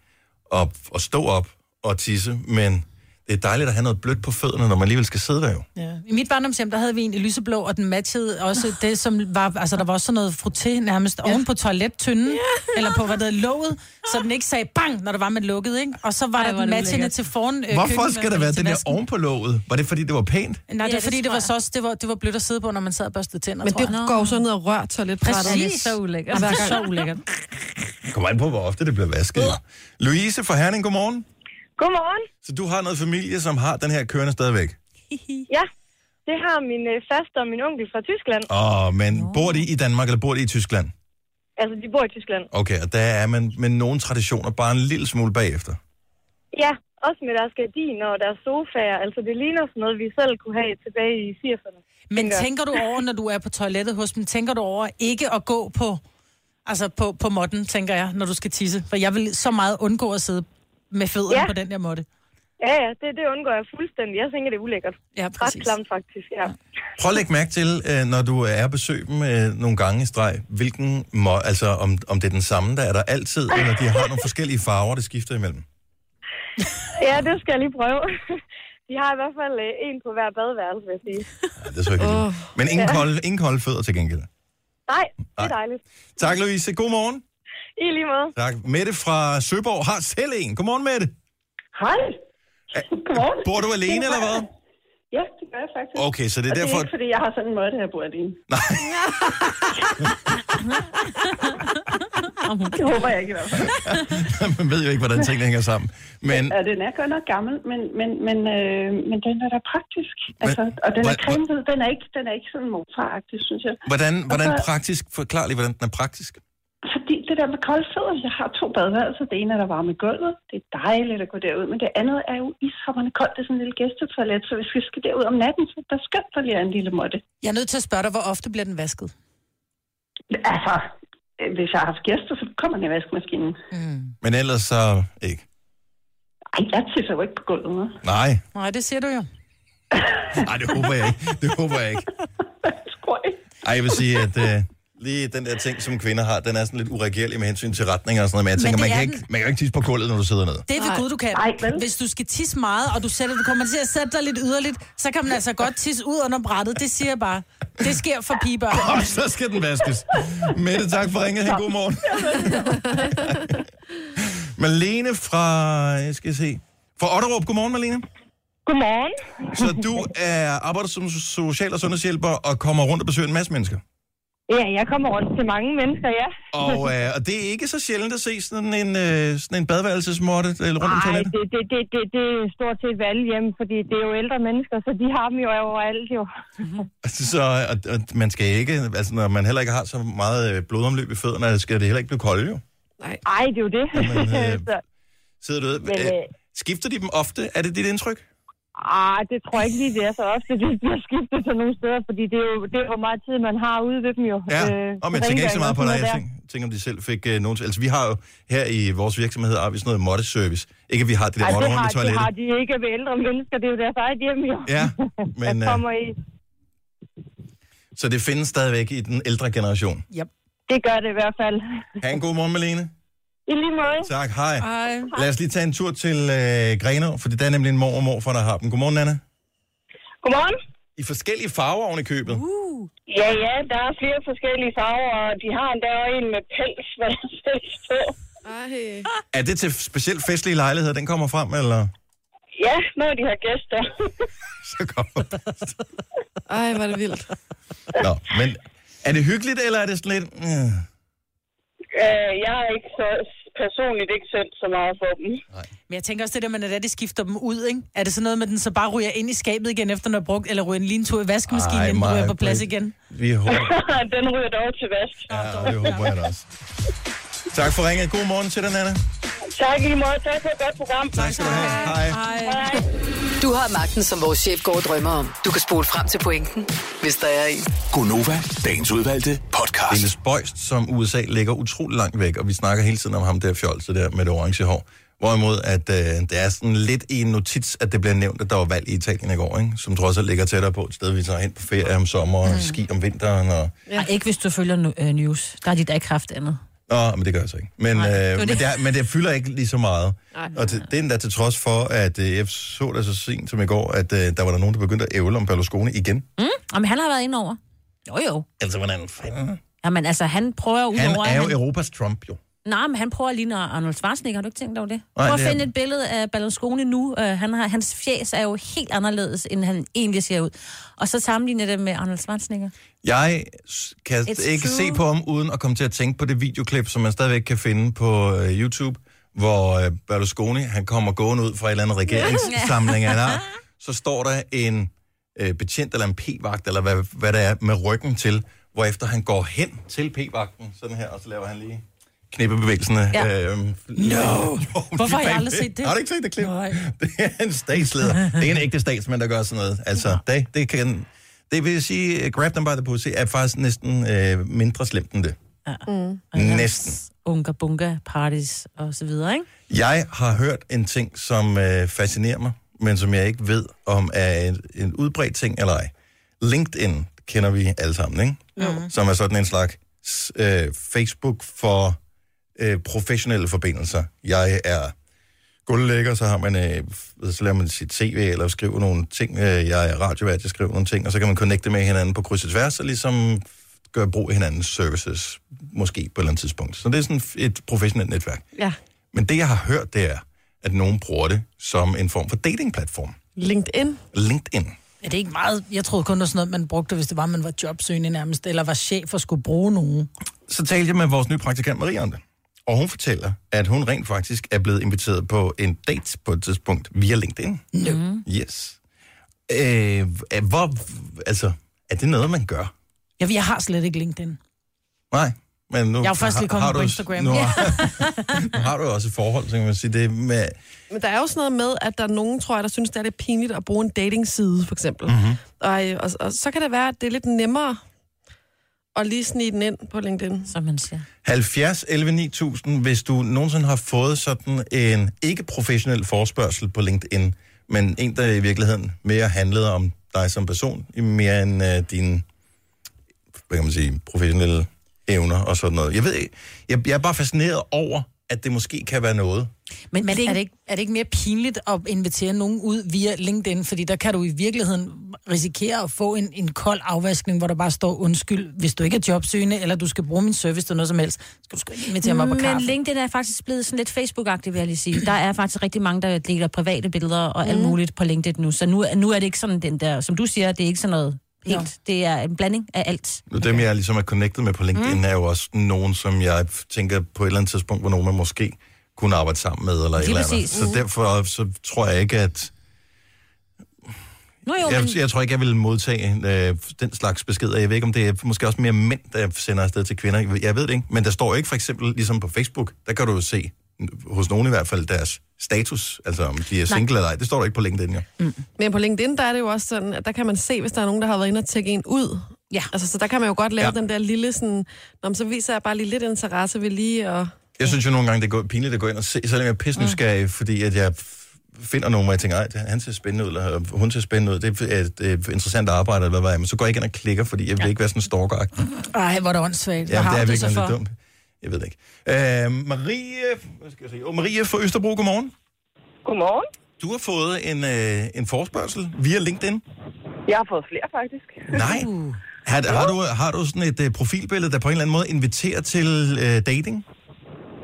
Speaker 1: at, at stå op og tisse, men det er dejligt at have noget blødt på fødderne, når man alligevel skal sidde der jo.
Speaker 3: Ja. I mit barndomshjem, der havde vi en i lyseblå, og den matchede også det, som var... Altså, der var også sådan noget frotté nærmest ja. oven på toilettynden, ja. eller på, hvad det hedder, låget, så den ikke sagde bang, når der var med lukket, ikke? Og så var
Speaker 4: Ej,
Speaker 3: Ej,
Speaker 4: hvor er
Speaker 3: der den
Speaker 4: det
Speaker 3: matchende
Speaker 4: lækkert.
Speaker 3: til foran øh,
Speaker 1: Hvorfor
Speaker 3: køkkenvasken,
Speaker 1: skal der være
Speaker 3: til
Speaker 1: den der
Speaker 3: vasken.
Speaker 1: oven på låget? Var det, fordi det var pænt?
Speaker 3: Nej, det
Speaker 4: Ja,
Speaker 3: er
Speaker 4: det
Speaker 3: fordi, det,
Speaker 4: tror
Speaker 3: var
Speaker 4: jeg.
Speaker 3: så også, det var, det var blødt at sidde på, når man sad og børstede tænder,
Speaker 5: Men
Speaker 3: tror
Speaker 5: det
Speaker 3: jeg.
Speaker 5: går jo så ned og rører toiletbrættet.
Speaker 4: Det er så ulækkert.
Speaker 5: Hver
Speaker 4: Det er
Speaker 5: gang.
Speaker 4: så ulækkert.
Speaker 1: Kommer an på, hvor ofte det bliver vasket. Louise fra Herning, godmorgen.
Speaker 11: Godmorgen.
Speaker 1: Så du har noget familie, som har den her kørende stadigvæk.
Speaker 11: Ja, det har min øh, faster og min onkel fra Tyskland.
Speaker 1: Åh, men bor de i Danmark, eller bor de i Tyskland?
Speaker 11: Altså, de bor i Tyskland.
Speaker 1: Okay, og der er man med nogle traditioner bare en lille smule bagefter.
Speaker 11: Ja, Også med deres gardiner og deres sofaer. Altså, det ligner sådan noget, vi selv kunne have tilbage i 80'erne.
Speaker 3: Men tænker du over, når du er på toilettet hos dem, tænker du over ikke at gå på, altså på, på modden, tænker jeg, når du skal tisse? For jeg vil så meget undgå at sidde med fødderne ja. på den der måtte.
Speaker 11: Ja, ja, det, det undgår jeg fuldstændig. Jeg tænker, det er ulækkert.
Speaker 3: Ja, præcis.
Speaker 11: Ret klamt faktisk, ja. ja.
Speaker 1: Prøv at lægge mærke til, øh, når du er at besøge dem øh, nogle gange i streg, hvilken må, altså om, om det er den samme, der er der altid, eller de har nogle forskellige farver, det skifter imellem.
Speaker 11: Ja, det skal jeg lige prøve. De har i hvert fald øh, en på hver badeværelse, vil jeg sige.
Speaker 1: Ja, det er så hyggeligt. Oh. Men ingen, ja. kolde, ingen kolde fødder til gengæld.
Speaker 11: Nej, det er dejligt.
Speaker 1: Tak, Louise. God morgen.
Speaker 11: I lige måde.
Speaker 1: Tak. Mette fra Søborg har selv en. Godmorgen, Mette.
Speaker 2: Hej. Godmorgen.
Speaker 1: Bor du alene, eller hvad?
Speaker 2: Ja, det gør jeg faktisk.
Speaker 1: Okay, så det er
Speaker 2: og
Speaker 1: derfor...
Speaker 2: det er ikke, fordi jeg har sådan en måde, at jeg bor alene.
Speaker 1: Nej.
Speaker 2: det håber jeg ikke i hvert fald.
Speaker 1: Man ved jo ikke, hvordan tingene hænger sammen. Men,
Speaker 2: Ja, den er godt nok gammel, men, men, men, øh, men den er da praktisk. Altså, og den er
Speaker 1: Hvor-
Speaker 2: cremet, den er ikke, den er ikke sådan morfaragtig, synes jeg.
Speaker 1: hvordan, hvordan
Speaker 2: Altså-
Speaker 1: praktisk... Forklar lige, hvordan den er praktisk.
Speaker 2: Fordi det der med kolde fødder, jeg har to badeværelser. Det ene er der varme i gulvet. Det er dejligt at gå derud. Men det andet er jo ishopperne koldt. Det er sådan en lille gæstetoilet, så hvis vi skal derud om natten, så der skønt der lige er en lille måtte.
Speaker 3: Jeg er nødt til at spørge dig, hvor ofte bliver den vasket?
Speaker 2: Altså, øh, hvis jeg har haft gæster, så kommer den i vaskemaskinen.
Speaker 1: Men ellers så ikke.
Speaker 2: Ej, jeg tisser jo ikke på gulvet. Med.
Speaker 1: Nej,
Speaker 3: Nej, det siger du jo.
Speaker 1: Nej, det håber jeg ikke. Det håber jeg ikke. Ej, jeg vil sige, at øh, lige den der ting, som kvinder har, den er sådan lidt uregerlig med hensyn til retninger og sådan noget. Men jeg
Speaker 3: Men
Speaker 1: tænker,
Speaker 3: det
Speaker 1: man
Speaker 3: er
Speaker 1: kan,
Speaker 3: den.
Speaker 1: ikke, man kan ikke tisse på gulvet, når du sidder ned.
Speaker 3: Det er ved Gud, du kan.
Speaker 2: Ej, vel?
Speaker 3: Hvis du skal tisse meget, og du, sætter, du kommer til at sætte dig lidt yderligt, så kan man altså godt tisse ud under brættet. Det siger jeg bare. Det sker for pigebørn.
Speaker 1: Og så skal den vaskes. Mette, tak for ringet. Ha' en god morgen. Malene fra, jeg skal se, fra Otterup. Godmorgen, Malene.
Speaker 11: Godmorgen.
Speaker 1: Så du er, arbejder som social- og sundhedshjælper og kommer rundt og besøger en masse mennesker.
Speaker 11: Ja, jeg kommer rundt til mange mennesker, ja.
Speaker 1: Og, øh, og det er ikke så sjældent at se sådan en, øh, sådan en badeværelsesmåtte eller rundt om
Speaker 11: Nej,
Speaker 1: toilettet.
Speaker 11: det, det, det, det, det er stort set ved alle hjemme, fordi det er jo ældre mennesker, så de har dem jo overalt jo.
Speaker 1: Altså, Så og, og man skal ikke, altså når man heller ikke har så meget øh, blodomløb i fødderne, skal det heller ikke blive koldt jo.
Speaker 11: Ej, det er jo det.
Speaker 1: Jamen, øh,
Speaker 11: så,
Speaker 1: Sidder du ud?
Speaker 11: Men,
Speaker 1: Øh,
Speaker 11: øh,
Speaker 1: skifter de dem ofte? Er det dit indtryk?
Speaker 11: ah, det tror jeg ikke lige, det er så ofte, det bliver skiftet til nogle steder, fordi det er jo, det er jo hvor meget tid, man har ude ved dem jo. Øh,
Speaker 1: Ja, og jeg tænker ikke så meget på dig. Jeg
Speaker 11: rengøring og sådan noget
Speaker 1: tænker, tænker om de selv fik øh, nogen... Altså vi har jo her i vores virksomhed, har vi sådan noget måtteservice. Ikke at vi har det
Speaker 11: der.
Speaker 1: der
Speaker 11: Ej,
Speaker 1: måtte
Speaker 11: det
Speaker 1: rundt
Speaker 11: har,
Speaker 1: i
Speaker 11: det
Speaker 1: toilettet.
Speaker 11: har de ikke ved ældre mennesker, det er jo deres eget hjem jo.
Speaker 1: Ja,
Speaker 11: Men,
Speaker 1: men, øh,
Speaker 11: kommer i.
Speaker 1: så det findes stadigvæk i den ældre generation.
Speaker 11: Det gør det i hvert fald.
Speaker 1: Ha' en god morgen, Malene.
Speaker 11: I lige måde.
Speaker 1: Tak, hej.
Speaker 3: Ej.
Speaker 1: Lad os lige tage en tur til øh, Grenaa, for det er nemlig en mor og morfar, der har dem. Godmorgen, Nana.
Speaker 11: Godmorgen.
Speaker 1: I forskellige farver oven i købet.
Speaker 11: Ja, ja, der er flere forskellige farver, og de har endda også en med pels, hvad jeg selv så.
Speaker 12: Ej.
Speaker 1: Er det til specielt festlige lejligheder, den kommer frem, eller?
Speaker 11: Ja, når de har gæster.
Speaker 1: Så kommer den.
Speaker 12: Ej, var det vildt.
Speaker 1: Nå, men er det hyggeligt, eller er det sådan lidt... Mm.
Speaker 11: øh, jeg er ikke så, personligt ikke sendt så meget for dem.
Speaker 3: Men jeg tænker også det der med, at de skifter dem ud, ikke? Er det sådan noget med, at den så bare ryger ind i skabet igen, efter den er brugt, eller ryger den lige en tur i vaskemaskinen,
Speaker 1: Ej,
Speaker 3: inden den
Speaker 1: Maja,
Speaker 3: ryger på plads
Speaker 1: Britt.
Speaker 3: igen?
Speaker 1: Vi håber,
Speaker 11: Den ryger dog til vask.
Speaker 1: ja, det håber jeg da også. Tak for ringet. God morgen til dig, Nana.
Speaker 11: Tak i lige måde. Tak for et godt program.
Speaker 1: Tak skal du have. Hej.
Speaker 11: Hej.
Speaker 8: Du har magten, som vores chef går og drømmer om. Du kan spole frem til pointen, hvis der er en.
Speaker 7: Gonova, dagens udvalgte
Speaker 1: Det
Speaker 4: Altså-
Speaker 7: podcast.
Speaker 1: er lidt spøjst, som USA ligger utrolig langt væk, og vi snakker hele tiden om ham der fjolse der med det orange hår. Hvorimod, at øh, det er sådan lidt i en notits, at det bliver nævnt, at der var valg i Italien i går, ikke? som trods alt ligger tættere på et sted, vi tager hen på ferie om sommeren, mm. ski om vinteren. Og...
Speaker 4: Ja. Og ikke hvis du følger nu- øh, news. Der er dit ikke haft andet.
Speaker 1: Nå, men det gør jeg så ikke. Men,
Speaker 4: Nej, det
Speaker 1: øh,
Speaker 4: var
Speaker 1: men,
Speaker 4: det.
Speaker 1: det er, men det fylder ikke lige så meget.
Speaker 12: Nej.
Speaker 1: Og det, det er endda til trods for, at øh, jeg så det så sent som i går, at øh, der var der nogen, der begyndte at ævle om Berlusconi igen.
Speaker 4: Jamen, han har været inde over. Jo, jo.
Speaker 1: Altså, hvordan fanden?
Speaker 4: Jamen, altså, han prøver ud
Speaker 1: Han
Speaker 4: over... at
Speaker 1: er jo Europas Trump, jo.
Speaker 4: Nej, men han prøver at ligne Arnold Schwarzenegger. Har du ikke tænkt over det?
Speaker 1: Nej,
Speaker 4: Prøv at
Speaker 1: det er-
Speaker 4: finde et billede af Berlusconi nu. Uh, han har, hans fjes er jo helt anderledes, end han egentlig ser ud. Og så sammenligner det med Arnold Schwarzenegger.
Speaker 1: Jeg s- kan
Speaker 4: It's
Speaker 1: ikke
Speaker 4: true.
Speaker 1: se på ham, uden at komme til at tænke på det videoklip, som man stadigvæk kan finde på øh, YouTube, hvor øh, Berlusconi, han kommer gående ud fra et eller andet regeringssamling, han har. Så står der en øh, betjent eller en p-vagt, eller hvad, hvad det er, med ryggen til, hvorefter han går hen til p-vagten, sådan her, og så laver han lige knippebevægelserne.
Speaker 2: Ja.
Speaker 1: Øhm,
Speaker 2: No! Hvorfor har jeg
Speaker 1: bag-
Speaker 2: aldrig set det?
Speaker 1: Har du ikke set det klip?
Speaker 2: Nej.
Speaker 1: Det er en statsleder. Det er en ægte statsmand, der gør sådan noget. Altså, det, det kan... Det vil sige, eh, grab them by the pussy er faktisk næsten øh, mindre slemt end det.
Speaker 4: Mm.
Speaker 1: Næsten.
Speaker 4: Unga bunga parties og så videre, ikke?
Speaker 1: Jeg har hørt en ting, som øh, fascinerer mig, men som jeg ikke ved, om er en, en udbredt ting eller ej. LinkedIn kender vi alle sammen, ikke?
Speaker 2: Jo.
Speaker 1: Som er sådan en slags øh, Facebook for øh, professionelle forbindelser. Jeg er gulvlægger, så har man, øh, f- så laver man sit tv, eller skriver nogle ting. Øh, jeg er radiovært, jeg skriver nogle ting, og så kan man connecte med hinanden på kryds og tværs, og ligesom gøre brug af hinandens services, måske på et eller andet tidspunkt. Så det er sådan et professionelt netværk.
Speaker 5: Ja.
Speaker 1: Men det, jeg har hørt, det er, at nogen bruger det som en form for datingplatform.
Speaker 5: LinkedIn.
Speaker 1: LinkedIn.
Speaker 2: Er det ikke meget? Jeg troede kun, det var sådan noget, man brugte, hvis det var, man var jobsøgende nærmest, eller var chef og skulle bruge nogen.
Speaker 1: Så talte jeg med vores nye praktikant Maria om det. Og hun fortæller, at hun rent faktisk er blevet inviteret på en date på et tidspunkt via LinkedIn.
Speaker 2: Mm.
Speaker 1: Yes. Øh, er- hvor, altså, er det noget, man gør?
Speaker 2: Jeg, jeg har slet ikke LinkedIn.
Speaker 1: Nej. Men nu,
Speaker 2: Jeg er jo først lige kommet på
Speaker 1: du-
Speaker 2: Instagram.
Speaker 1: Nu har, nu har du jo også et forhold, så kan man sige det med...
Speaker 5: Men der er jo sådan noget med, at der er nogen, tror jeg, der synes, det er lidt pinligt at bruge en datingside, for eksempel.
Speaker 2: Mhm.
Speaker 5: Mm-hmm. Og, øh, og, og så kan det være, at det er lidt nemmere at lige snige den ind på LinkedIn.
Speaker 4: Som man siger.
Speaker 1: 70 11 9000, hvis du nogensinde har fået sådan en ikke-professionel forspørgsel på LinkedIn, men en, der i virkeligheden mere handlede om dig som person, i mere end uh, dine, hvad kan man sige, professionelle evner og sådan noget. Jeg ved ikke, jeg, jeg er bare fascineret over, at det måske kan være noget.
Speaker 2: Men, Men er, det ikke, er det ikke mere pinligt at invitere nogen ud via LinkedIn? Fordi der kan du i virkeligheden risikere at få en, en kold afvaskning, hvor der bare står undskyld, hvis du ikke er jobsøgende, eller du skal bruge min service til noget som helst. Skal du sgu ikke invitere mig på
Speaker 4: Men
Speaker 2: kaffe?
Speaker 4: LinkedIn er faktisk blevet sådan lidt Facebook-agtig, vil jeg lige sige. Der er faktisk rigtig mange, der deler private billeder og
Speaker 2: Mm.
Speaker 4: alt muligt på LinkedIn nu. Så nu, nu er det ikke sådan den der, som du siger, det er ikke sådan noget helt. Det er en blanding af alt.
Speaker 1: Nu Dem, jeg ligesom er connected med på LinkedIn, mm. er jo også nogen, som jeg tænker på et eller andet tidspunkt, hvor nogen man måske kunne arbejde sammen med, eller
Speaker 4: Lige
Speaker 1: et eller andet.
Speaker 4: præcis.
Speaker 1: Så
Speaker 4: Mhm.
Speaker 1: derfor så tror jeg ikke, at...
Speaker 4: Nu er jo,
Speaker 1: Jeg,
Speaker 4: men,
Speaker 1: jeg tror ikke, jeg vil modtage øh, den slags beskeder. Jeg ved ikke, om det er måske også mere mænd, der sender afsted til kvinder. Jeg ved- Jeg ved det ikke. Men der står jo ikke for eksempel, ligesom på Facebook, der kan du jo se, n- hos nogen i hvert fald, deres status. Altså om de er single eller ej. Det står der ikke på LinkedIn, jo.
Speaker 5: Men på LinkedIn, der er det jo også sådan, at der kan man se, hvis der er nogen, der har været inde og tjekke en ud.
Speaker 4: Ja.
Speaker 5: Altså, så der kan man jo godt lave
Speaker 1: Ja.
Speaker 5: ja. den der lille sådan, Nå, men så viser jeg bare lige lidt interesse ved lige at...
Speaker 1: Jeg synes jo nogle gange, det er gå- pinligt at gå ind og se, selvom jeg er pisse
Speaker 4: Mm.
Speaker 1: nysgerrig, fordi at jeg f- finder nogen, hvor jeg tænker, ej, det- han ser spændende ud, eller hun ser spændende ud, det er et, et interessant arbejde, eller hvad ved jeg, men så går jeg ikke ind og klikker, fordi jeg vil ikke være sådan stalker -agtig.
Speaker 2: Ej, hvor er det åndssvagt. Hvad
Speaker 1: Ja, det
Speaker 2: har
Speaker 1: er
Speaker 2: du så
Speaker 1: virkelig
Speaker 2: for?
Speaker 1: lidt dumt. Jeg ved det ikke. Øh, Marie, hvad skal jeg sige? Oh, Marie fra Østerbro, godmorgen.
Speaker 13: Godmorgen.
Speaker 1: Du har fået en, øh, en forspørgsel via LinkedIn.
Speaker 13: Jeg har fået flere, faktisk.
Speaker 1: Nej.
Speaker 2: Uh.
Speaker 1: Har, har, du, har du sådan et øh, profilbillede, der på en eller anden måde inviterer til øh, dating?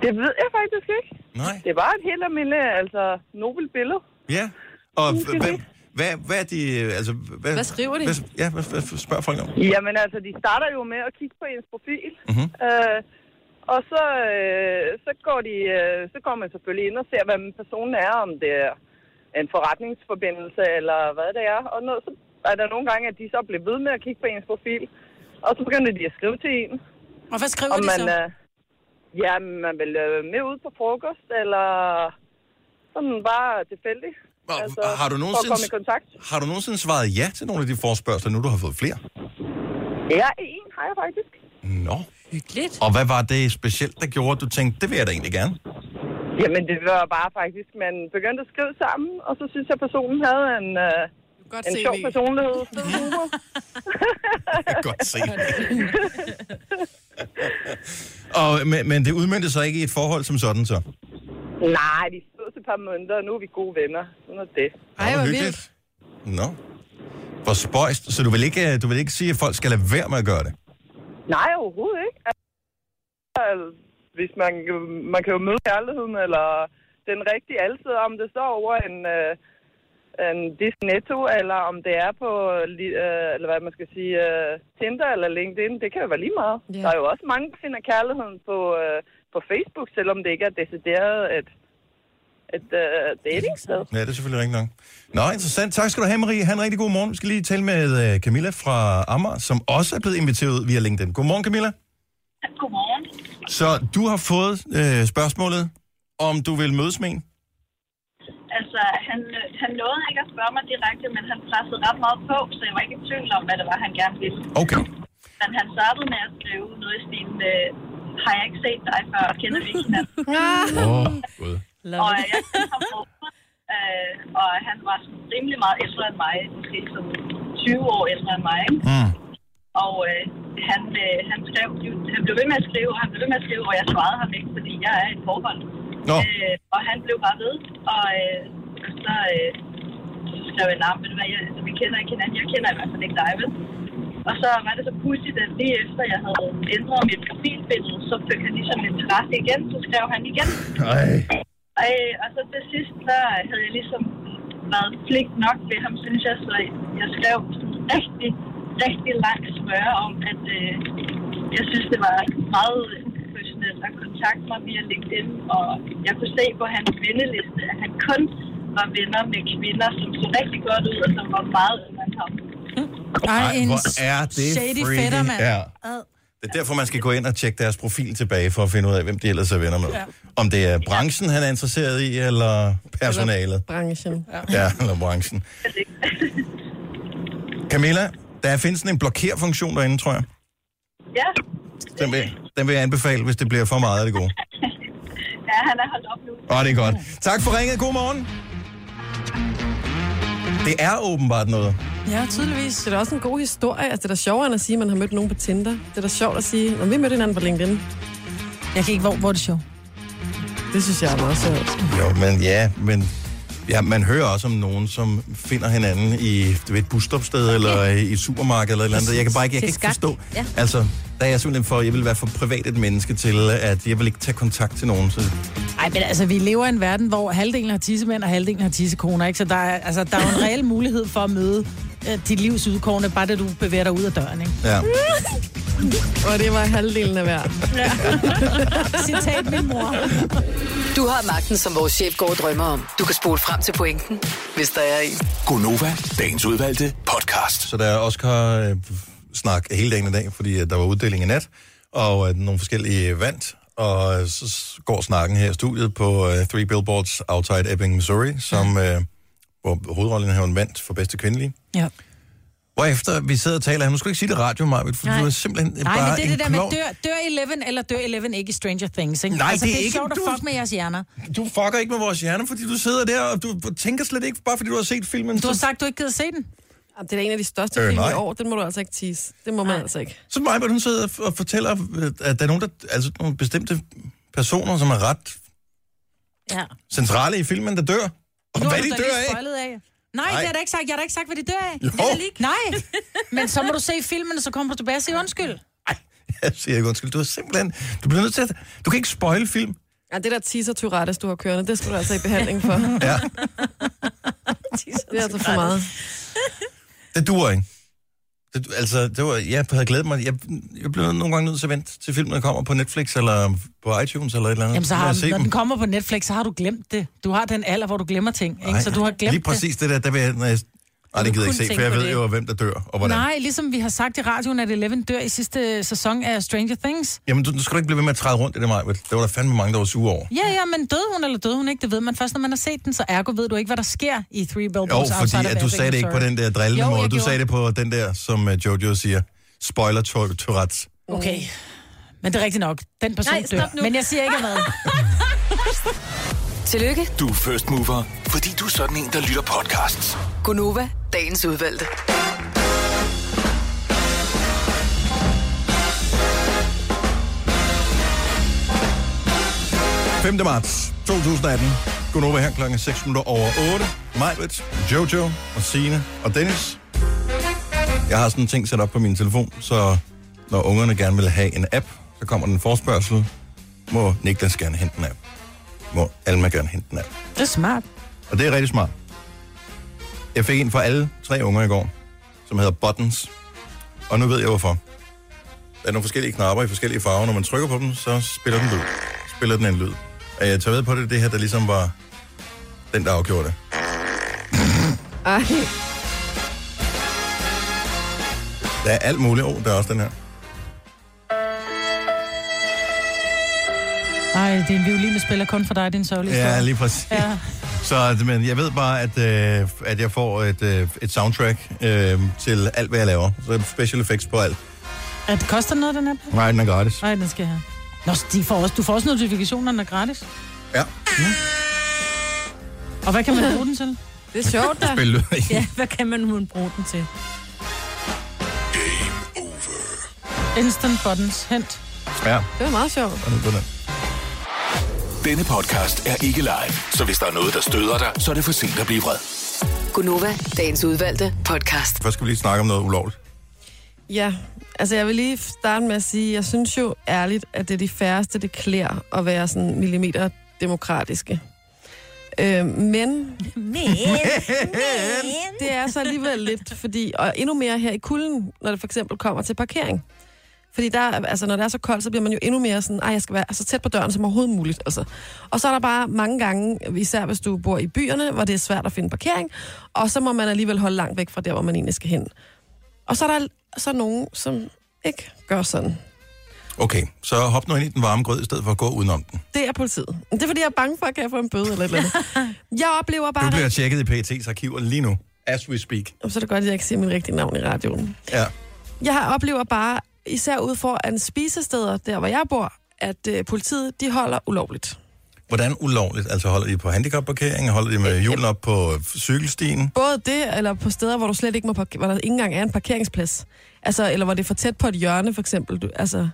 Speaker 13: Det ved jeg faktisk ikke.
Speaker 1: Nej.
Speaker 13: Det var et helt almindeligt, altså, nobelt billede.
Speaker 1: Ja. Og
Speaker 13: Det er
Speaker 1: h- hvem,
Speaker 13: det.
Speaker 1: hvad, hvad er de... øh, Altså, hvad,
Speaker 5: Hvad skriver de?
Speaker 1: Hvad, ja, hvad, hvad hvad spørger folk om?
Speaker 13: Jamen altså, de starter jo med at kigge på ens profil,
Speaker 1: Mhm.
Speaker 13: øh, og så, øh, så, går de, øh, så går man selvfølgelig ind og ser, hvem personen er, om det er en forretningsforbindelse eller hvad det er. Og noget, så er der nogle gange, at de så bliver ved med at kigge på ens profil, og så begynder de at skrive til en,
Speaker 2: Og hvad skriver
Speaker 13: om
Speaker 2: de
Speaker 13: man,
Speaker 2: så?
Speaker 13: øh, ja, man vil øh, med ud på frokost, eller sådan bare tilfældigt.
Speaker 1: Og har du
Speaker 13: Altså, for at
Speaker 1: nogensinde-
Speaker 13: komme i kontakt?
Speaker 1: Har du nogensinde svaret ja til nogle af de forspørgseler, nu du har fået flere?
Speaker 13: Ja, en har jeg faktisk.
Speaker 1: Nå.
Speaker 4: Hyggeligt.
Speaker 1: Og hvad var det specielt, der gjorde, at du tænkte, det vil jeg da egentlig gerne?
Speaker 13: Jamen, det var bare faktisk, man begyndte at skrive sammen, og så synes jeg, at personen havde en, øh,
Speaker 5: Godt
Speaker 13: en
Speaker 5: se,
Speaker 13: sjov
Speaker 5: vi-
Speaker 13: personlighed. Humor.
Speaker 1: Jeg kan godt se. og, men, men det udmyndte sig ikke i et forhold som sådan, så?
Speaker 13: Nej, de stod til et par måneder, og nu er vi gode venner. Sådan er det.
Speaker 5: Ej, hvor
Speaker 1: hyggeligt. Nå. Hvor spøjst. Så du vil, ikke, øh, du vil ikke sige, at folk skal lade være med at gøre det?
Speaker 13: Nej, overhovedet ikke. Altså, hvis man, man kan jo møde kærligheden, eller den rigtige altid, om det står over en, øh, en Disney Netto, eller om det er på, li- øh, eller hvad man skal sige, øh, Tinder eller LinkedIn, det kan jo være lige meget.
Speaker 5: Ja.
Speaker 13: Yeah. Der er jo også mange, der finder kærligheden på, øh, på Facebook, selvom det ikke er decideret et, et øh, datingsted.
Speaker 1: Ja, det er selvfølgelig rigtigt nok. Nå, interessant. Tak skal du have, Marie. Ha' en rigtig god morgen. Vi skal lige tale med øh, Camilla fra Amager, som også er blevet inviteret ud via LinkedIn. Godmorgen, Camilla.
Speaker 14: Godmorgen.
Speaker 1: Så du har fået øh, spørgsmålet, om du vil mødes med en?
Speaker 14: Altså, han, øh, han lovede ikke at spørge mig direkte, men han pressede ret meget på, så jeg var ikke i tvivl om, hvad det var, han gerne ville.
Speaker 1: Okay.
Speaker 14: Men han startede med at skrive noget i stil med, har jeg ikke set dig før, kender vi ikke hinanden?
Speaker 1: Åh, gud.
Speaker 14: og øh, jeg kendte ham overhovedet, øh, og han var sådan rimelig meget ældre end mig, måske som 20 år ældre end mig. Ikke?
Speaker 1: Mm.
Speaker 14: Og øh, han, øh, han, skrev, han blev ved med at skrive, og han blev ved med at skrive, og jeg svarede ham ikke, fordi jeg er i et forhold.
Speaker 1: Nå.
Speaker 14: Øh, og han blev bare ved, og øh, så, øh, så skrev jeg, nah, ved du hvad, jeg, altså, vi kender ikke hinanden, jeg kender i hvert fald ikke dig, vel? Og så var det så pudsigt, at lige efter jeg havde ændret mit profilbillede, så fik han ligesom interesse igen, så skrev han igen.
Speaker 1: Ej.
Speaker 14: Og, øh, og så til sidst, så havde jeg ligesom været flink nok ved ham, synes jeg, så jeg skrev sådan en rigtig, rigtig lang smøre om, at øh, jeg synes, det var meget professionelt at kontakte mig via LinkedIn, og jeg kunne se på hans venneliste, at han kun var venner med kvinder, som så rigtig godt ud, og som var meget under ham.
Speaker 1: Ej,
Speaker 2: en
Speaker 1: hvor er det
Speaker 2: shady
Speaker 1: freaky.
Speaker 2: fætter, mand.
Speaker 1: Ja. Det er derfor, man skal gå ind og tjekke deres profil tilbage, for at finde ud af, hvem de ellers er venner med. Ja.
Speaker 5: Ja.
Speaker 1: Om det er branchen, han er interesseret i, eller personalet.
Speaker 5: Branchen.
Speaker 1: Ja, eller branchen. Camilla, der findes sådan en blokerfunktion derinde, tror jeg.
Speaker 14: Ja,
Speaker 1: Den vil, den vil jeg anbefale, hvis det bliver for meget af det gode.
Speaker 14: ja han er holdt op nu.
Speaker 1: Åh, det er godt. Tak for ringet. God morgen. Det er åbenbart noget.
Speaker 5: Ja, tydeligvis. Det er da også en god historie. Altså, det er da sjovere end at sige, at man har mødt nogen på Tinder. Det er da sjovt at sige, når vi mødte hinanden på LinkedIn.
Speaker 2: Jeg kan ikke, hvor, hvor er det sjovt.
Speaker 5: Det synes jeg er meget sjovt.
Speaker 1: Jo, men ja, men... Ja, man hører også om nogen, som finder hinanden i du ved, et busstopsted eller i et supermarked eller et eller andet. Jeg kan bare ikke, jeg kan
Speaker 4: Til
Speaker 1: ikke
Speaker 4: skak.
Speaker 1: forstå.
Speaker 4: Ja.
Speaker 1: Altså, der er jeg simpelthen for, jeg vil være for privat et menneske til, at jeg vil ikke tage kontakt til nogen. Så...
Speaker 2: Ej, men altså, vi lever i en verden, hvor halvdelen har tissemænd og halvdelen har tissekoner, ikke? Så der er, altså, der er jo en reel mulighed for at møde øh, dit livs udkårne, bare da du bevæger dig ud af døren, ikke?
Speaker 1: Ja.
Speaker 5: Og det var halvdelen af hver.
Speaker 2: Citat min mor.
Speaker 8: Du har magten, som vores chef går og drømmer om. Du kan spole frem til pointen, hvis der er en.
Speaker 7: Gonova, dagens udvalgte podcast.
Speaker 1: Så der er Oscar øh, snak hele dagen i dag, fordi øh, der var uddeling i nat, og øh, nogle forskellige vandt. Og øh, så s- går snakken her i studiet på øh, Three Billboards Outside Ebbing, Missouri, som, øh, hvor hovedrollen her vandt for bedste kvindelige.
Speaker 2: Ja.
Speaker 1: Hvorefter vi sidder og taler, han skulle ikke sige det i radio, Marvitt, for Nej.
Speaker 2: Nej.
Speaker 1: du er simpelthen
Speaker 2: Nej,
Speaker 1: bare
Speaker 2: men det er
Speaker 1: en
Speaker 2: det der med,
Speaker 1: klovn.
Speaker 2: dør, dør 11 eller dør 11 ikke i Stranger Things, ikke?
Speaker 1: Nej,
Speaker 2: altså,
Speaker 1: det er
Speaker 2: det er
Speaker 1: ikke-
Speaker 2: sjovt at
Speaker 1: du-
Speaker 2: fuck med jeres hjerner.
Speaker 1: Du fucker ikke med vores hjerne, fordi du sidder der, og du tænker slet ikke, bare fordi du har set filmen.
Speaker 2: Du har
Speaker 1: så-
Speaker 2: sagt, du ikke gider se den.
Speaker 5: Jamen, det er da en af de største
Speaker 1: Øh,
Speaker 5: øh, film
Speaker 1: nej.
Speaker 5: i år. Den må du altså ikke tease. Det må man altså ikke.
Speaker 1: Så mig, hun sidder og fortæller, øh, at der er nogen, der, altså nogle bestemte personer, som er ret
Speaker 4: Ja.
Speaker 1: centrale i filmen, der dør. Og
Speaker 2: Nu
Speaker 1: hvad
Speaker 2: er
Speaker 1: de
Speaker 2: du da
Speaker 1: dør
Speaker 2: lige
Speaker 1: af?
Speaker 2: spoilet af. Nej,
Speaker 1: Nej.
Speaker 2: det har jeg da ikke sagt. Jeg har da ikke sagt, hvad de dør af.
Speaker 1: Jo.
Speaker 2: Det er da lige- Nej, men så må du se filmen, og så kommer du tilbage og sige undskyld.
Speaker 1: Jeg siger ikke undskyld. Du er simpelthen... Du bliver nødt til at... Du kan ikke spoil film.
Speaker 5: Ja, det der teaser Tourettes, du har kørende, det skal du altså i behandling for.
Speaker 1: Ja,
Speaker 5: Det er altså for meget.
Speaker 1: det duer ikke. Det, altså, det var, jeg havde glædet mig. Jeg, jeg blev nogle gange nødt til at vente til filmen kommer på Netflix eller på iTunes eller et eller andet.
Speaker 2: Jamen, så
Speaker 1: Når
Speaker 2: har,
Speaker 1: jeg ser
Speaker 2: når
Speaker 1: dem.
Speaker 2: den kommer på Netflix, så har du glemt det. Du har den alder, hvor du glemmer ting, ikke? Så du har glemt
Speaker 1: Lige
Speaker 2: det.
Speaker 1: præcis det der, der vil jeg... Når jeg nej, det gider jeg
Speaker 4: kun
Speaker 1: ikke se, for
Speaker 4: tænke
Speaker 1: jeg
Speaker 4: på
Speaker 1: ved
Speaker 4: det.
Speaker 1: jo, hvem der dør og hvordan.
Speaker 2: Nej, ligesom vi har sagt i radioen, at Eleven dør i sidste sæson af Stranger Things.
Speaker 1: Jamen, du, du skal da ikke blive ved med at træde rundt i det, Maja. Der var der fandme mange, der var sure over.
Speaker 2: Ja, ja, men døde hun eller døde hun ikke, det ved man først, når man har set den, så ergo ved du ikke, hvad der sker i Three
Speaker 1: Jo,
Speaker 2: Billboards
Speaker 1: fordi
Speaker 2: Outside
Speaker 1: at
Speaker 2: of
Speaker 1: du
Speaker 2: Ebbing,
Speaker 1: sagde det ikke på
Speaker 2: Missouri.
Speaker 1: den der drillende
Speaker 2: Jo, jeg
Speaker 1: måde. Du
Speaker 2: gjorde.
Speaker 1: sagde det på den der, som øh, Jojo siger. Spoiler Tour- Tourette's.
Speaker 2: Okay. Men det er rigtigt nok. Den person
Speaker 4: Nej,
Speaker 2: Nej,
Speaker 4: stop
Speaker 2: dør.
Speaker 4: nu.
Speaker 2: Men jeg siger ikke, hvad.
Speaker 8: Tillykke,
Speaker 7: Du er first mover, fordi du er sådan en, der lytter podcasts.
Speaker 8: Gunova, dagens udvalgte.
Speaker 1: den 5. marts 2018. Godnova her klokken 6 minutter over 8. Majbet, Jojo og Sine og Dennis. Jeg har sådan en ting sat op på min telefon, så når ungerne gerne vil have en app, så kommer den forspørgsel. Må Niklas gerne hente en app? Må Alma gerne hente en app?
Speaker 2: Det er smart.
Speaker 1: Og det er rigtig smart. Jeg fik en fra alle tre unger i går, som hedder Buttons. Og nu ved jeg hvorfor. Der er nogle forskellige knapper i forskellige farver. Når man trykker på dem, så spiller den lyd. Spiller den en lyd. Og jeg tager ved på det, det her, der ligesom var den, der afgjorde det.
Speaker 5: Ej,
Speaker 1: Der er alt muligt. Oh, der er også den her.
Speaker 3: det er en violin, der spiller kun for dig, din sørgelige
Speaker 1: Ja,
Speaker 3: historie.
Speaker 1: lige præcis. Ja.
Speaker 3: Ja.
Speaker 1: Så, men jeg ved bare, at, øh, at jeg får et, øh, et soundtrack øh, til alt, hvad jeg laver. Så special effects på alt.
Speaker 3: Er det koster noget, den app?
Speaker 1: Nej, den er gratis.
Speaker 3: Nej, den skal jeg have. Nå, de får også, du får også notifikationer, den er gratis.
Speaker 1: Ja.
Speaker 3: Og hvad kan man bruge den til?
Speaker 5: Det er sjovt, da.
Speaker 1: Spil lyd i.
Speaker 4: ja, hvad kan man nu bruge den til?
Speaker 3: Instant buttons, hent.
Speaker 1: Ja.
Speaker 5: Det var meget sjovt.
Speaker 1: sådan på den.
Speaker 7: Denne podcast er ikke live, så hvis der er noget, der støder dig, så er det for sent at blive vred.
Speaker 8: Gunova, dagens udvalgte podcast.
Speaker 1: Først skal vi lige snakke om noget ulovligt.
Speaker 5: Ja, altså jeg vil lige starte med at sige, jeg synes jo ærligt, at det er de færreste, det klæder at være sådan millimeter demokratiske. Øh, men
Speaker 4: Men,
Speaker 5: det er så alligevel lidt, fordi, og endnu mere her i kulden, når det for eksempel kommer til parkering. Fordi der, altså, når det er så koldt, så bliver man jo endnu mere sådan, ej, jeg skal være så tæt på døren som overhovedet muligt. Altså. Og så er der bare mange gange, især hvis du bor i byerne, hvor det er svært at finde parkering, og så må man alligevel holde langt væk fra der, hvor man egentlig skal hen. Og så er der så nogen, som ikke gør sådan.
Speaker 1: Okay, så hop nu ind i den varme grød, i stedet for at gå udenom den.
Speaker 5: Det er politiet. Det er fordi, jeg er bange for, at jeg kan få en bøde eller et eller andet. Jeg oplever
Speaker 1: Du
Speaker 5: bare...
Speaker 1: bliver tjekket i PET's arkiver lige nu, as we speak.
Speaker 5: Jamen, Så er det godt, at jeg ikke siger mit rigtige navn i radioen.
Speaker 1: Ja.
Speaker 5: Jeg oplever bare, især ude foran spisesteder, der hvor jeg bor, at øh, politiet, de holder ulovligt.
Speaker 1: Hvordan ulovligt? Altså holder de på handicapparkering? Holder de med julen op på cykelstien?
Speaker 5: Både det, eller på steder, hvor du slet ikke må parkere, hvor der ikke engang er en parkeringsplads. Altså, eller hvor det er for tæt på et hjørne, for eksempel. Du, altså,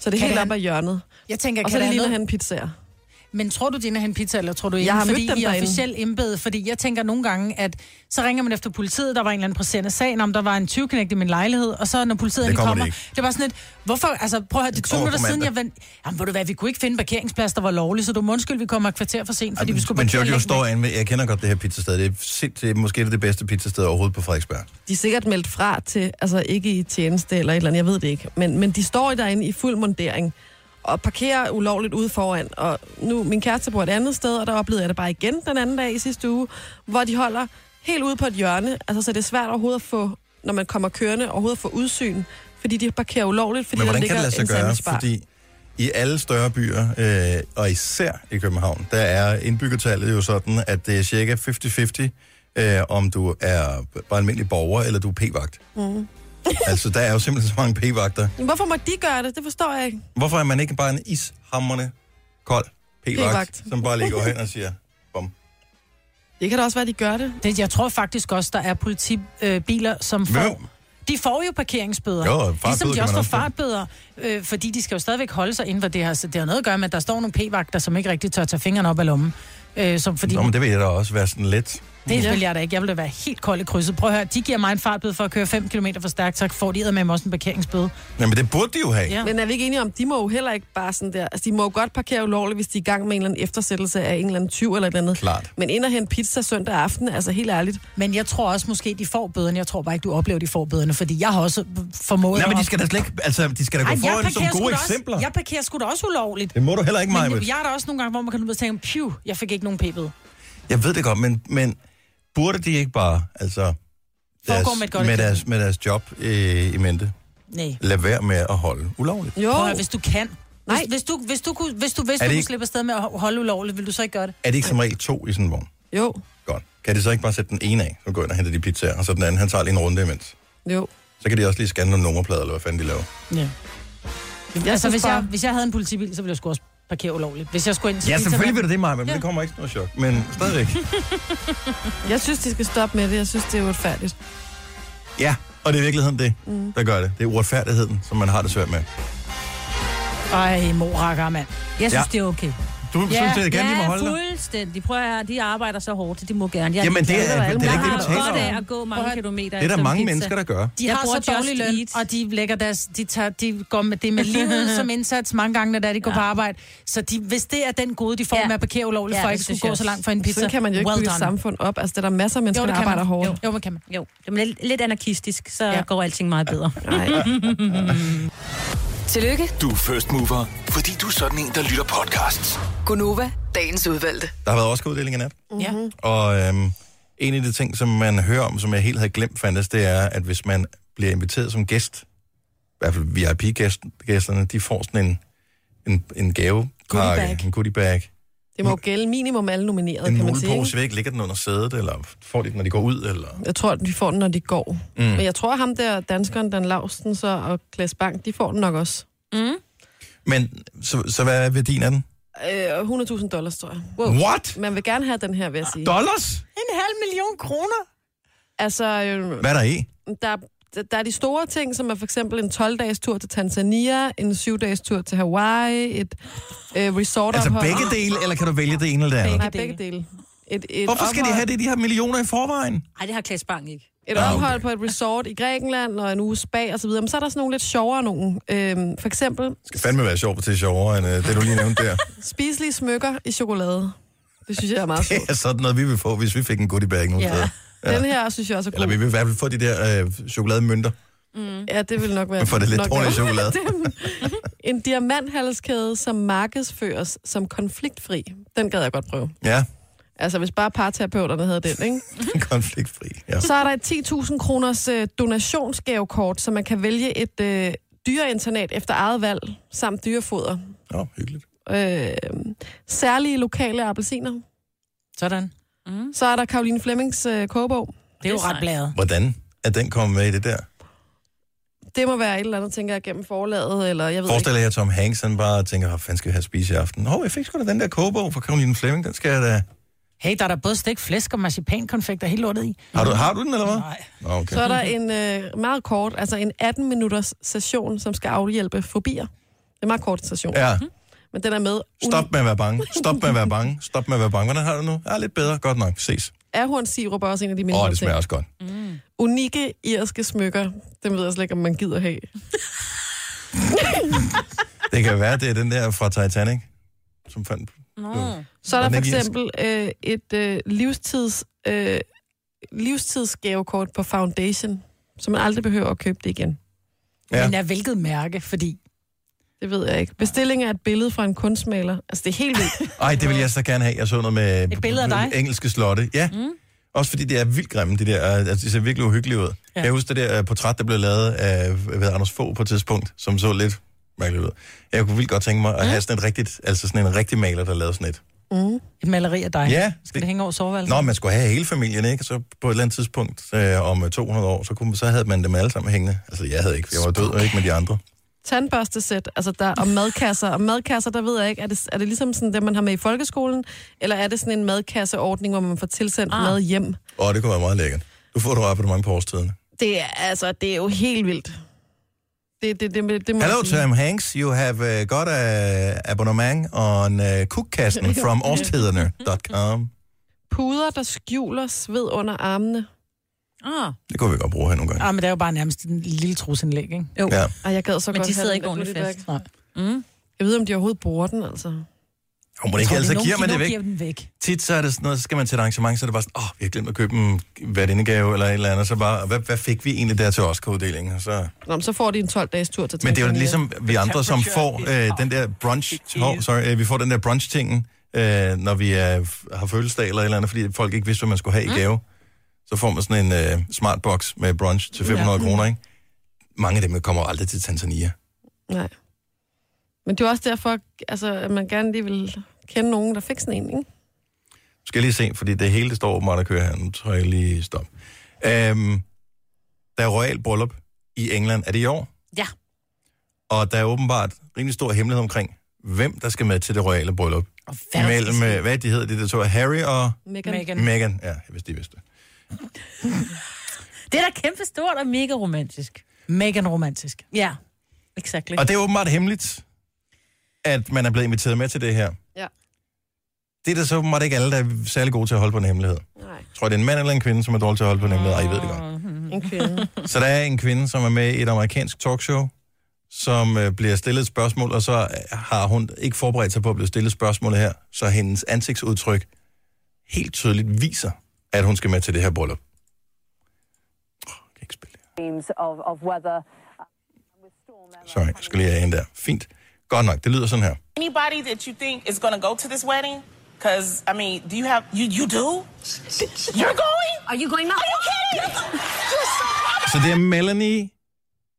Speaker 5: så det er
Speaker 3: Kan
Speaker 5: helt
Speaker 3: det
Speaker 5: op
Speaker 3: have-
Speaker 5: ad hjørnet.
Speaker 3: Jeg tænker,
Speaker 5: Og
Speaker 3: kan
Speaker 5: så er
Speaker 3: det
Speaker 5: det
Speaker 3: have
Speaker 5: lige,
Speaker 3: noget-
Speaker 5: han en pizzaer.
Speaker 3: Men tror du, det er en pizza, eller tror du ikke?
Speaker 5: har
Speaker 3: fordi
Speaker 5: mødt dem
Speaker 3: I er
Speaker 5: derinde.
Speaker 3: officielt embede, fordi jeg tænker nogle gange, at så ringer man efter politiet, der var en eller anden presserende sag, om der var en 20 i min lejlighed, og så når politiet
Speaker 1: Det
Speaker 3: de
Speaker 1: kommer
Speaker 3: kommer,
Speaker 1: de ikke.
Speaker 3: det var sådan et, hvorfor, altså prøv at høre, det er to
Speaker 1: kommer
Speaker 3: minutter
Speaker 1: på
Speaker 3: siden, jeg
Speaker 1: mandag.
Speaker 3: vandt, jamen ved du hvad, vi kunne ikke finde en parkeringsplads, der var lovlig, så du må undskylde, vi kommer et kvarter for sent, fordi vi skulle
Speaker 1: Men
Speaker 3: parkere
Speaker 1: Jojo
Speaker 3: langt
Speaker 1: står
Speaker 3: væk."
Speaker 1: inde ved, jeg kender godt det her pizzasted. Det er sindssygt, måske det, det bedste pizzasted overhovedet på Frederiksberg.
Speaker 5: De er sikkert meldt fra til, altså ikke i tjeneste eller et eller andet, jeg ved det ikke. Men, men de står derinde i fuld mundering og parkerer ulovligt ude foran. Og nu, min kæreste bor et andet sted, og der oplevede jeg det bare igen den anden dag i sidste uge, hvor de holder helt ude på et hjørne. Altså, så det er svært overhovedet at få, når man kommer kørende, overhovedet at få udsyn, fordi de parkerer ulovligt, fordi
Speaker 1: Men
Speaker 5: der
Speaker 1: hvordan kan
Speaker 5: ligger
Speaker 1: det lade sig
Speaker 5: en
Speaker 1: gøre?
Speaker 5: sandwichbar.
Speaker 1: Fordi i alle større byer, øh, og især i København, der er indbyggertallet jo sådan, at det er cirka 50-50, øh, om du er bare almindelig borger, eller du er p-vagt.
Speaker 5: Mm.
Speaker 1: altså, der er jo simpelthen så mange p-vagter.
Speaker 5: Men Hvorfor må de gøre det? Det forstår jeg ikke.
Speaker 1: Hvorfor er man ikke bare en ishammerne kold p-vagt,
Speaker 5: P-vagt.
Speaker 1: som bare lige går hen og siger, bom.
Speaker 5: Det kan da også være, de gør det.
Speaker 3: Det, jeg tror faktisk også, der er politibiler, øh, som får...
Speaker 1: Jo.
Speaker 3: De får jo parkeringsbøder.
Speaker 1: Jo, og fartbøder
Speaker 3: ligesom
Speaker 1: kan
Speaker 3: de
Speaker 1: man
Speaker 3: også får
Speaker 1: også få.
Speaker 3: fartbøder, øh, fordi de skal jo stadigvæk holde sig inden for det her. Så det har noget at gøre med, at der står nogle p-vagter, som ikke rigtig tør tage fingrene op af lommen. Øh, som fordi,
Speaker 1: Nå, men det vil jeg da også være sådan lidt.
Speaker 3: det vil jeg da ikke. Jeg vil da være helt kold i krydset. Prøv at høre, de giver mig en fartbøde for at køre 5 km for stærkt, så får de med mig også en parkeringsbøde.
Speaker 1: Jamen, det burde de jo have.
Speaker 3: Ja.
Speaker 5: Men er vi ikke enige om, de må jo heller ikke bare sådan der... Altså, de må jo godt parkere ulovligt, hvis de er i gang med en eller anden eftersættelse af en eller anden tyv eller et eller andet.
Speaker 1: Klart.
Speaker 5: Men ind og hente pizza søndag aften, altså helt ærligt.
Speaker 3: Men jeg tror også måske, de får bøderne. Jeg tror bare ikke, du oplever, de får bøderne, fordi jeg har også formået...
Speaker 1: Nej, men de
Speaker 3: at-
Speaker 1: skal da slet ikke, altså, de skal da
Speaker 3: Ej,
Speaker 1: gå
Speaker 3: jeg
Speaker 1: foran som
Speaker 3: parkerer sgu
Speaker 1: gode
Speaker 3: da også-
Speaker 1: eksempler.
Speaker 3: Jeg parkerer sgu da også ulovligt.
Speaker 1: Det må du heller ikke,
Speaker 3: Men
Speaker 1: Maja.
Speaker 3: jeg er der også nogle gange, hvor man kan ud og tænke, pju, jeg fik ikke nogen p-bøde.
Speaker 1: Jeg ved det godt, men, men burde de ikke bare, altså,
Speaker 3: Foregå med et godt
Speaker 1: med,
Speaker 3: eksempel.
Speaker 1: deres, med deres job øh, i mente,
Speaker 3: Nej.
Speaker 1: lad være med at holde ulovligt?
Speaker 5: Jo,
Speaker 3: Prøv at høre, hvis du kan. Nej.
Speaker 5: Nej.
Speaker 3: Hvis, hvis, du, hvis du, kunne, hvis du vidste,
Speaker 1: Er det
Speaker 3: du kunne
Speaker 1: ikke-
Speaker 3: slippe afsted med at ho- holde ulovligt, vil du så ikke gøre det?
Speaker 1: Er det ikke som regel to i sådan en vogn?
Speaker 5: jo,
Speaker 1: Godt. Kan de så ikke bare sætte den ene af, så går ind og henter de pizzaer, og så den anden, han tager lige en runde imens?
Speaker 5: jo.
Speaker 1: Så kan de også lige scanne nogle nummerplader, eller hvad fanden de laver.
Speaker 3: Ja.
Speaker 5: Jeg
Speaker 3: Altså,
Speaker 5: synes
Speaker 3: hvis
Speaker 5: bare-
Speaker 3: jeg, hvis jeg havde en politibil, så ville jeg sgu også parkere ulovligt. Hvis jeg skulle ind til
Speaker 1: Ja,
Speaker 3: pizza-
Speaker 1: selvfølgelig vil det det, Maja, men
Speaker 3: Ja.
Speaker 1: det kommer ikke som noget chok. Men stadigvæk.
Speaker 5: Jeg synes, de skal stoppe med det. Jeg synes, det er uretfærdigt.
Speaker 1: Ja, og det er i virkeligheden det,
Speaker 3: Mm.
Speaker 1: der gør det. Det er uretfærdigheden, som man har det svært med.
Speaker 3: Ej, morakker, mand.
Speaker 4: Jeg synes,
Speaker 1: Ja.
Speaker 4: ja. det er okay.
Speaker 1: Du ja, synes, det er gerne, de må
Speaker 4: ja,
Speaker 1: holde dig?
Speaker 4: fuldstændig. Prøv at høre, de arbejder så hårdt, så de må gerne. Jeg
Speaker 1: Jamen, det er-
Speaker 4: ligeglad.
Speaker 1: det er
Speaker 4: Jeg
Speaker 1: ikke det, vi
Speaker 4: har
Speaker 1: taler
Speaker 4: godt
Speaker 1: om.
Speaker 4: af at gå
Speaker 3: Prøv
Speaker 4: mange
Speaker 3: at-
Speaker 4: kilometer.
Speaker 1: Det er der
Speaker 4: efter en
Speaker 1: mange
Speaker 4: pizza.
Speaker 1: mennesker, der gør.
Speaker 3: De
Speaker 4: Jeg
Speaker 3: har
Speaker 4: bruger
Speaker 3: så dårlig
Speaker 4: Just
Speaker 3: løn,
Speaker 4: Eat.
Speaker 3: og de lægger deres, de, tager, de går med det med livet som indsats mange gange, når det er, de går ja. på arbejde. Så de, hvis det er den gode, de får ja.
Speaker 4: Ja.
Speaker 3: med at parkere ulovligt,
Speaker 4: Ja,
Speaker 3: for at
Speaker 4: det
Speaker 3: ikke skulle
Speaker 4: synes jeg
Speaker 3: gå så
Speaker 4: også.
Speaker 3: langt for en pizza.
Speaker 5: Sådan kan man jo ikke
Speaker 3: well
Speaker 5: bygge et
Speaker 3: done.
Speaker 5: samfund op. Altså, der er der masser af mennesker,
Speaker 3: Jo, det
Speaker 5: der
Speaker 3: kan
Speaker 5: arbejder
Speaker 3: man.
Speaker 5: hårdt.
Speaker 3: Jo, jo, det kan man.
Speaker 4: Jo, det er lidt, lidt anarkistisk, så
Speaker 3: Ja.
Speaker 4: ja. går alting meget bedre.
Speaker 5: Nej.
Speaker 8: Tillykke,
Speaker 7: Du er first mover, fordi du er sådan en, der lytter podcasts.
Speaker 8: Gunova, dagens udvalgte.
Speaker 1: Der har været Oscar-uddeling i nat.
Speaker 3: Ja.
Speaker 1: Og øhm, en af de ting, som man hører om, som jeg helt havde glemt fandtes, det er, at hvis man bliver inviteret som gæst, i hvert fald VIP-gæsterne, de får sådan en en, en gavepakke, en goodie bag.
Speaker 5: Det må jo gælde minimum alle nominerede,
Speaker 1: En
Speaker 5: kan man sige.
Speaker 1: mulepose
Speaker 5: ikke?
Speaker 1: væk, ligger den under sædet, eller får de den, når de går ud, eller...
Speaker 5: Jeg tror, de får den, når de går.
Speaker 1: Mm.
Speaker 5: Mm. Men jeg tror, ham der danskeren, Dan Lausten så, og Klaas Bang, de får den nok også. Mm.
Speaker 1: Men, så, så hvad er værdien af den?
Speaker 5: Øh, 100.000 dollars, tror jeg.
Speaker 1: What?
Speaker 5: Man vil gerne have den her, vil jeg sige.
Speaker 1: Dollars?
Speaker 5: En halv million kroner? Altså... Øh,
Speaker 1: Hvad er der i?
Speaker 5: Der, der er de store ting, som er for eksempel en 12-dages tur til Tanzania, en 7-dages tur til Hawaii, et øh, resort
Speaker 1: Altså begge dele, eller kan du vælge det ene eller det andet?
Speaker 5: Nej, begge dele. Et, et
Speaker 1: Hvorfor skal de
Speaker 5: ophold-
Speaker 1: have det? De har millioner i forvejen.
Speaker 4: Nej, det har Klaas Bang ikke.
Speaker 5: et
Speaker 1: Ah,
Speaker 5: ah,
Speaker 1: okay.
Speaker 5: okay. ophold på et resort i Grækenland og en uge spa og så videre. Men så er der sådan nogle lidt sjovere nogen. Øhm, for eksempel
Speaker 1: Det skal fandme være sjovt til sjovere, end øh, det, du lige nævnte der.
Speaker 5: spiselige smykker i chokolade. Det synes jeg er meget
Speaker 1: Det
Speaker 5: sjovt.
Speaker 1: er sådan noget, vi vil få, hvis vi fik en goodie bag nogle steder.
Speaker 5: Ja. Den her synes jeg også er god.
Speaker 1: Eller vi vil i hvert fald få de der øh, chokolademønter.
Speaker 5: Mm. Ja, det vil nok være...
Speaker 1: Man får det lidt
Speaker 5: nok
Speaker 1: dårlig
Speaker 5: være-
Speaker 1: chokolade.
Speaker 5: Dem. en diamanthalskæde, som markedsføres som konfliktfri. Den gad jeg godt prøve.
Speaker 1: Ja,
Speaker 5: Altså, hvis bare parterapeuterne havde den, ikke?
Speaker 1: konfliktfri. Ja.
Speaker 5: Så er der et 10.000 kroners øh, donationsgavekort, så man kan vælge et øh, dyreinternat efter eget valg, samt dyrefoder.
Speaker 1: Åh, oh, hyggeligt.
Speaker 5: Øh, særlige lokale appelsiner.
Speaker 2: Sådan.
Speaker 5: Mm. Så er der Karoline Flemmings øh, kogebog.
Speaker 2: Det er jo ret blæret.
Speaker 1: Hvordan er den kommet med i det der?
Speaker 5: Det må være et eller andet, tænker jeg, gennem forlaget, eller jeg ved
Speaker 1: Forestil jer, at Tom Hanks han bare tænker, hvad fanden skal vi have at spise i aften? Hov, jeg fik sgu da den der kogebog fra Caroline Fleming, den skal jeg da...
Speaker 2: Hey, der er der både stik, flæsk og marcipankonfekter helt lortet i.
Speaker 1: Har du, har du den, eller hvad? Nej. Okay.
Speaker 5: Mm. Så er der en øh, meget kort, altså en 18-minutters session, som skal afhjælpe fobier. Det er en meget kort session.
Speaker 1: Ja.
Speaker 5: Men den er med.
Speaker 1: Stop med at være bange. Stop med at være bange. Stop med at være bange. Hvordan har du det nu? Ja, lidt bedre. Godt nok. Ses.
Speaker 5: Er hun sirup er også en af de
Speaker 1: Åh,
Speaker 5: mindre
Speaker 1: oh, det
Speaker 5: ting.
Speaker 1: smager også godt.
Speaker 5: Unikke irske smykker. Dem ved jeg slet ikke, om man gider have.
Speaker 1: Det kan være, det er den der fra Titanic, som fandt...
Speaker 5: Nå. Så er
Speaker 1: Var
Speaker 5: der
Speaker 1: den
Speaker 5: for
Speaker 1: ikke irsk?
Speaker 5: eksempel øh, et øh, livstids, øh, livstidsgavekort på Foundation, så man aldrig behøver at købe det igen.
Speaker 2: Ja. Men af hvilket mærke, fordi...
Speaker 5: Det ved jeg ikke. Bestilling af et billede fra en kunstmaler. Altså, det er helt vildt.
Speaker 1: Ej, det vil jeg så gerne have. Jeg så noget med
Speaker 5: Et billede af dig?
Speaker 1: engelske slotte. Ja. Mm. Også fordi det er vildt grimme, det der. Altså, det ser virkelig uhyggeligt ud. Ja.
Speaker 2: Ja.
Speaker 1: Jeg husker det der øh, portræt, der blev lavet af ved Anders Fogh på et tidspunkt, som så lidt mærkeligt ud. Jeg kunne vildt godt tænke mig at have sådan, et rigtigt, altså sådan en rigtig maler, der lavede sådan et.
Speaker 2: Mm. Et maleri af dig.
Speaker 1: Ja,
Speaker 2: Skal det hænge over soveværelset?
Speaker 1: Nå, man skulle have hele familien, ikke? Så på et eller andet tidspunkt øh, om øh, 200 år, så, kunne, så havde man dem alle sammen hængende. Altså, jeg havde ikke. Jeg var død, og ikke med de andre.
Speaker 5: Tandbørstesæt, altså der, og madkasser. Og madkasser, der ved jeg ikke, er det, er det ligesom sådan det, man har med i folkeskolen? Eller er det sådan en madkasseordning, hvor man får tilsendt ah. mad hjem?
Speaker 1: Og det kunne være meget lækkert. Nu får du abonnement på årstiderne.
Speaker 5: Det er, altså, det er jo helt vildt. Det, det, det, det, det må jeg
Speaker 1: Hello,
Speaker 5: sige.
Speaker 1: Tom Hanks. You have uh, got a abonnement on uh, cookkassen from årstiderne.com.
Speaker 5: Puder, der skjuler sved under armene.
Speaker 4: Ah.
Speaker 1: Det kunne vi godt bruge her nogle gange.
Speaker 2: Ah, men det er jo bare nærmest en lille trusindlæg, ikke?
Speaker 1: Jo. Ja.
Speaker 5: Ej, jeg gad så
Speaker 4: Men
Speaker 5: godt
Speaker 4: de sidder
Speaker 5: have
Speaker 4: ikke
Speaker 5: den der
Speaker 4: ordentligt
Speaker 5: goodiebag.
Speaker 4: fast.
Speaker 2: Nej.
Speaker 5: Mm. Jeg ved, om de overhovedet bruger den, altså.
Speaker 1: Og må det ikke
Speaker 2: Tror,
Speaker 1: altså
Speaker 2: nogen-
Speaker 1: giver man
Speaker 2: de
Speaker 1: det
Speaker 2: nogen
Speaker 1: væk?
Speaker 2: giver den væk.
Speaker 1: Tit så er det sådan noget, så skal man til et arrangement, så er det bare sådan, åh, oh, vi har glemt at købe en værtindegave eller et eller andet, så bare, hvad, hvad fik vi egentlig der til Oscar-uddelingen? Og Så...
Speaker 5: Nå, men så får de en 12-dages tur til
Speaker 1: Men det er jo
Speaker 5: Tanzania.
Speaker 1: ligesom vi andre, som får øh, den der brunch, oh, sorry, øh, vi får den der brunch-tingen, øh, når vi er, har fødselsdag eller et eller andet, fordi folk ikke vidste, hvad man skulle have i gave. Så får man sådan en øh, smartbox med brunch til 500
Speaker 5: Ja.
Speaker 1: kroner, ikke? Mange af dem kommer aldrig til Tanzania.
Speaker 5: Nej. Men det er jo også derfor, altså, at man gerne lige vil kende nogen, der fik sådan en, ikke?
Speaker 1: Skal jeg lige se, fordi det hele det står åbenbart at køre her. Nu tror jeg lige stop. Øhm, der er royal bryllup i England. Er det i år?
Speaker 4: Ja.
Speaker 1: Og der er åbenbart rimelig stor hemmelighed omkring, hvem der skal med til det royale bryllup. Mellem, øh, hvad de hedder, det der to er Harry og
Speaker 5: Meghan.
Speaker 2: Meghan.
Speaker 1: Meghan. Ja, hvis de vidste.
Speaker 4: Det er da kæmpe stort og mega romantisk.
Speaker 2: Megan romantisk.
Speaker 4: Ja, exakt.
Speaker 1: Og det er åbenbart hemmeligt, at man er blevet inviteret med til det her.
Speaker 5: Ja.
Speaker 1: Det er der så åbenbart ikke alle, der er særlig gode til at holde på en hemmelighed.
Speaker 5: Nej.
Speaker 1: Jeg tror, det er en mand eller en kvinde, som er dårlig til at holde på en hemmelighed. Ej, I ved det godt.
Speaker 5: En kvinde.
Speaker 1: Så der er en kvinde, som er med i et amerikansk talkshow, som øh, bliver stillet et spørgsmål, og så øh, har hun ikke forberedt sig på at blive stillet spørgsmålet her, så hendes ansigtsudtryk helt tydeligt viser, at hun skal med til det her bryllup.
Speaker 15: themes of, of weather.
Speaker 1: Sorry, jeg skal lige have hende der. Fint. Godt nok, det lyder sådan her.
Speaker 16: Anybody that you think is going to go to this wedding? Because, I mean, do you have, you, you do? You're going?
Speaker 9: Are you going now?
Speaker 16: Are you kidding?
Speaker 1: Så det er Melanie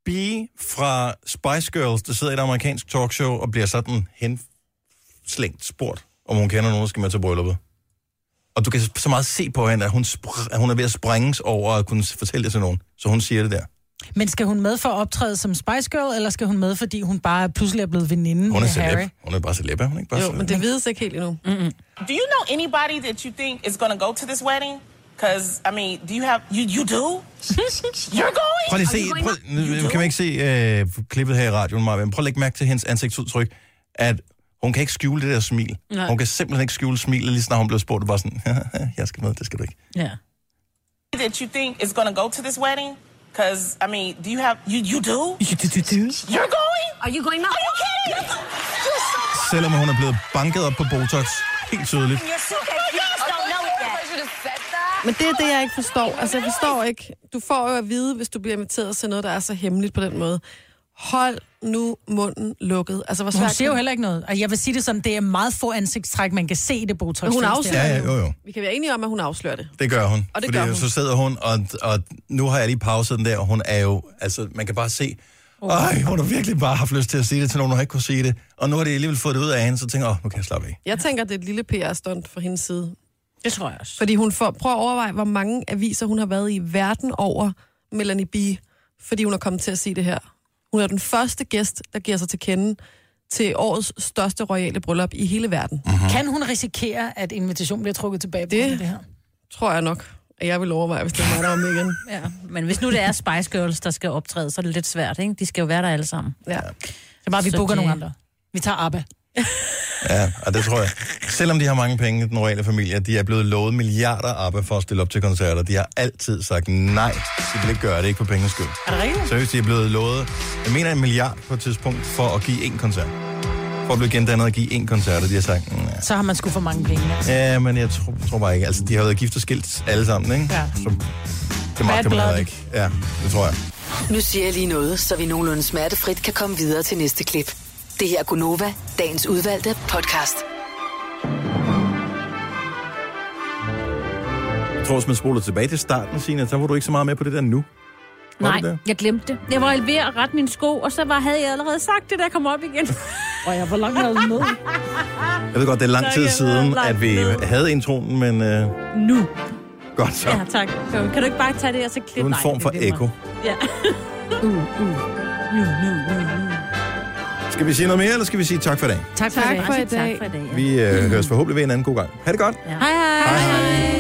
Speaker 1: Bee fra Spice Girls, der sidder i et amerikansk talkshow og bliver sådan henslængt spurgt, om hun kender nogen, der skal med til brylluppet. Og du kan så meget se på hende, at hun, spr- at hun er ved at sprænges over at kunne fortælle det til nogen. Så hun siger det der.
Speaker 2: Men skal hun med for at optræde som Spice Girl, eller skal hun med, fordi hun bare pludselig er blevet veninde
Speaker 1: Hun er
Speaker 2: med Harry?
Speaker 1: celeb. Hun er bare celeb, er hun ikke bare
Speaker 5: Jo,
Speaker 1: celeb?
Speaker 5: men det vides ikke helt endnu. Mm-hmm.
Speaker 16: Do you know anybody that you think is going to go to this wedding? Because I mean, do you have you you do? You're going.
Speaker 1: Prøv lige at se, prøv, nu- nu kan man ikke se øh, klippet her i radioen, Maja, men prøv at lægge mærke til hendes ansigtsudtryk, at hun kan ikke skjule det der smil.
Speaker 4: Nej.
Speaker 1: Nej. Hun kan simpelthen ikke skjule smilet, lige snart hun blev spurgt, bare sådan, jeg skal med, det skal du ikke.
Speaker 4: Ja.
Speaker 16: That you think is going to go to this wedding? Because I mean, do you have you you do?
Speaker 4: You do, do, do.
Speaker 16: You're going.
Speaker 9: Are you going now?
Speaker 16: Are you kidding? You're so
Speaker 1: Selvom hun er blevet banket op på Botox, helt tydeligt.
Speaker 9: You're so You just don't know it yet. I should have said that.
Speaker 5: Men det er det, jeg ikke forstår. Altså, jeg forstår ikke. Du får jo at vide, hvis du bliver inviteret til noget, der er så hemmeligt på den måde. Hold nu munden lukket. Altså, hvor
Speaker 2: Hun
Speaker 5: svært
Speaker 2: siger jo heller ikke noget. Og jeg vil sige det sådan, det er meget få ansigtstræk, man kan se i det botox.
Speaker 5: Men hun
Speaker 1: Ja,
Speaker 5: afslører
Speaker 1: ja,
Speaker 5: det
Speaker 1: jo, jo.
Speaker 5: Vi kan være enige om, at hun afslører det.
Speaker 1: Det gør hun.
Speaker 5: Og det
Speaker 1: fordi
Speaker 5: gør hun.
Speaker 1: så sidder hun, og, og nu har jeg lige pauset den der, og hun er jo, altså man kan bare se, Ej, hun har virkelig bare haft lyst til at sige det til nogen, der ikke kunne sige det. Og nu har de alligevel fået det ud af hende, så tænker jeg, åh, nu kan jeg slappe af.
Speaker 5: Jeg tænker, det er et lille PR-stunt fra hendes side.
Speaker 4: Det tror jeg også.
Speaker 5: Fordi hun får, prøv at overveje, hvor mange aviser hun har været i verden over Melanie B. Fordi hun er kommet til at sige det her. Hun er den første gæst, der giver sig til kende til årets største royale bryllup i hele verden.
Speaker 2: Kan hun risikere, at invitationen bliver trukket tilbage på
Speaker 5: Det-
Speaker 2: grund af det her?
Speaker 5: Tror jeg nok, at jeg vil overveje, hvis det var mig, der var med igen.
Speaker 4: Ja. Men hvis nu det er Spice Girls, der skal optræde, så er det lidt svært, ikke? De skal jo være der alle sammen.
Speaker 5: Ja.
Speaker 2: Det er bare, vi
Speaker 4: Så
Speaker 2: booker
Speaker 4: det-
Speaker 2: nogle andre. Vi tager Abba.
Speaker 1: Ja, og det tror jeg. Selvom de har mange penge, den royale familie, de er blevet lovet milliarder af for at stille op til koncerter. De har altid sagt nej, de vil ikke gøre det, ikke for pengenes skyld.
Speaker 2: Er det rigtigt?
Speaker 1: Seriøst, de er blevet lovet, jeg mener en milliard på et tidspunkt, for at give én koncert. For at blive gendannet og give én koncert, og de har sagt, nej.
Speaker 2: Så har man sgu for mange penge. Altså.
Speaker 1: Ja, men jeg tror, tror bare ikke. Altså, de har været gift og skilt alle sammen, ikke?
Speaker 2: Ja.
Speaker 1: Så det magter man
Speaker 2: blood.
Speaker 1: heller ikke. Ja, det tror jeg.
Speaker 8: Nu siger jeg lige noget, så vi nogenlunde smertefrit kan komme videre til næste klip. Det her er Gunova, dagens udvalgte podcast.
Speaker 1: Jeg tror, hvis man spoler tilbage til starten, Signe, så var du ikke så meget med på det der nu. Var
Speaker 4: Nej,
Speaker 1: du det?
Speaker 4: jeg glemte det. Jeg var ved at rette mine sko, og så var, havde jeg allerede sagt det, da jeg kom op igen.
Speaker 2: Og jeg, hvor langt er du med?
Speaker 1: Jeg ved godt, det er lang
Speaker 4: Så
Speaker 1: tid
Speaker 4: jeg ved,
Speaker 1: siden,
Speaker 4: langt
Speaker 1: at vi
Speaker 4: ned.
Speaker 1: havde introen, men øh,
Speaker 4: nu.
Speaker 1: godt så.
Speaker 4: Ja, tak. Så kan du ikke bare tage det og så klippe
Speaker 1: Det er en
Speaker 4: Nej,
Speaker 1: form for
Speaker 4: det er
Speaker 1: ekko.
Speaker 4: mig. Ja. uh, uh. Nu, nu, nu, nu.
Speaker 1: Skal vi sige noget mere, eller skal vi sige tak for i dag?
Speaker 2: Tak for
Speaker 5: Tak
Speaker 2: det.
Speaker 5: for i
Speaker 4: Tak
Speaker 5: dag.
Speaker 4: for i dag. Ja.
Speaker 1: Vi øh, høres forhåbentlig ved en anden god gang. Ha' det godt.
Speaker 4: Hej, hej. hej, hej.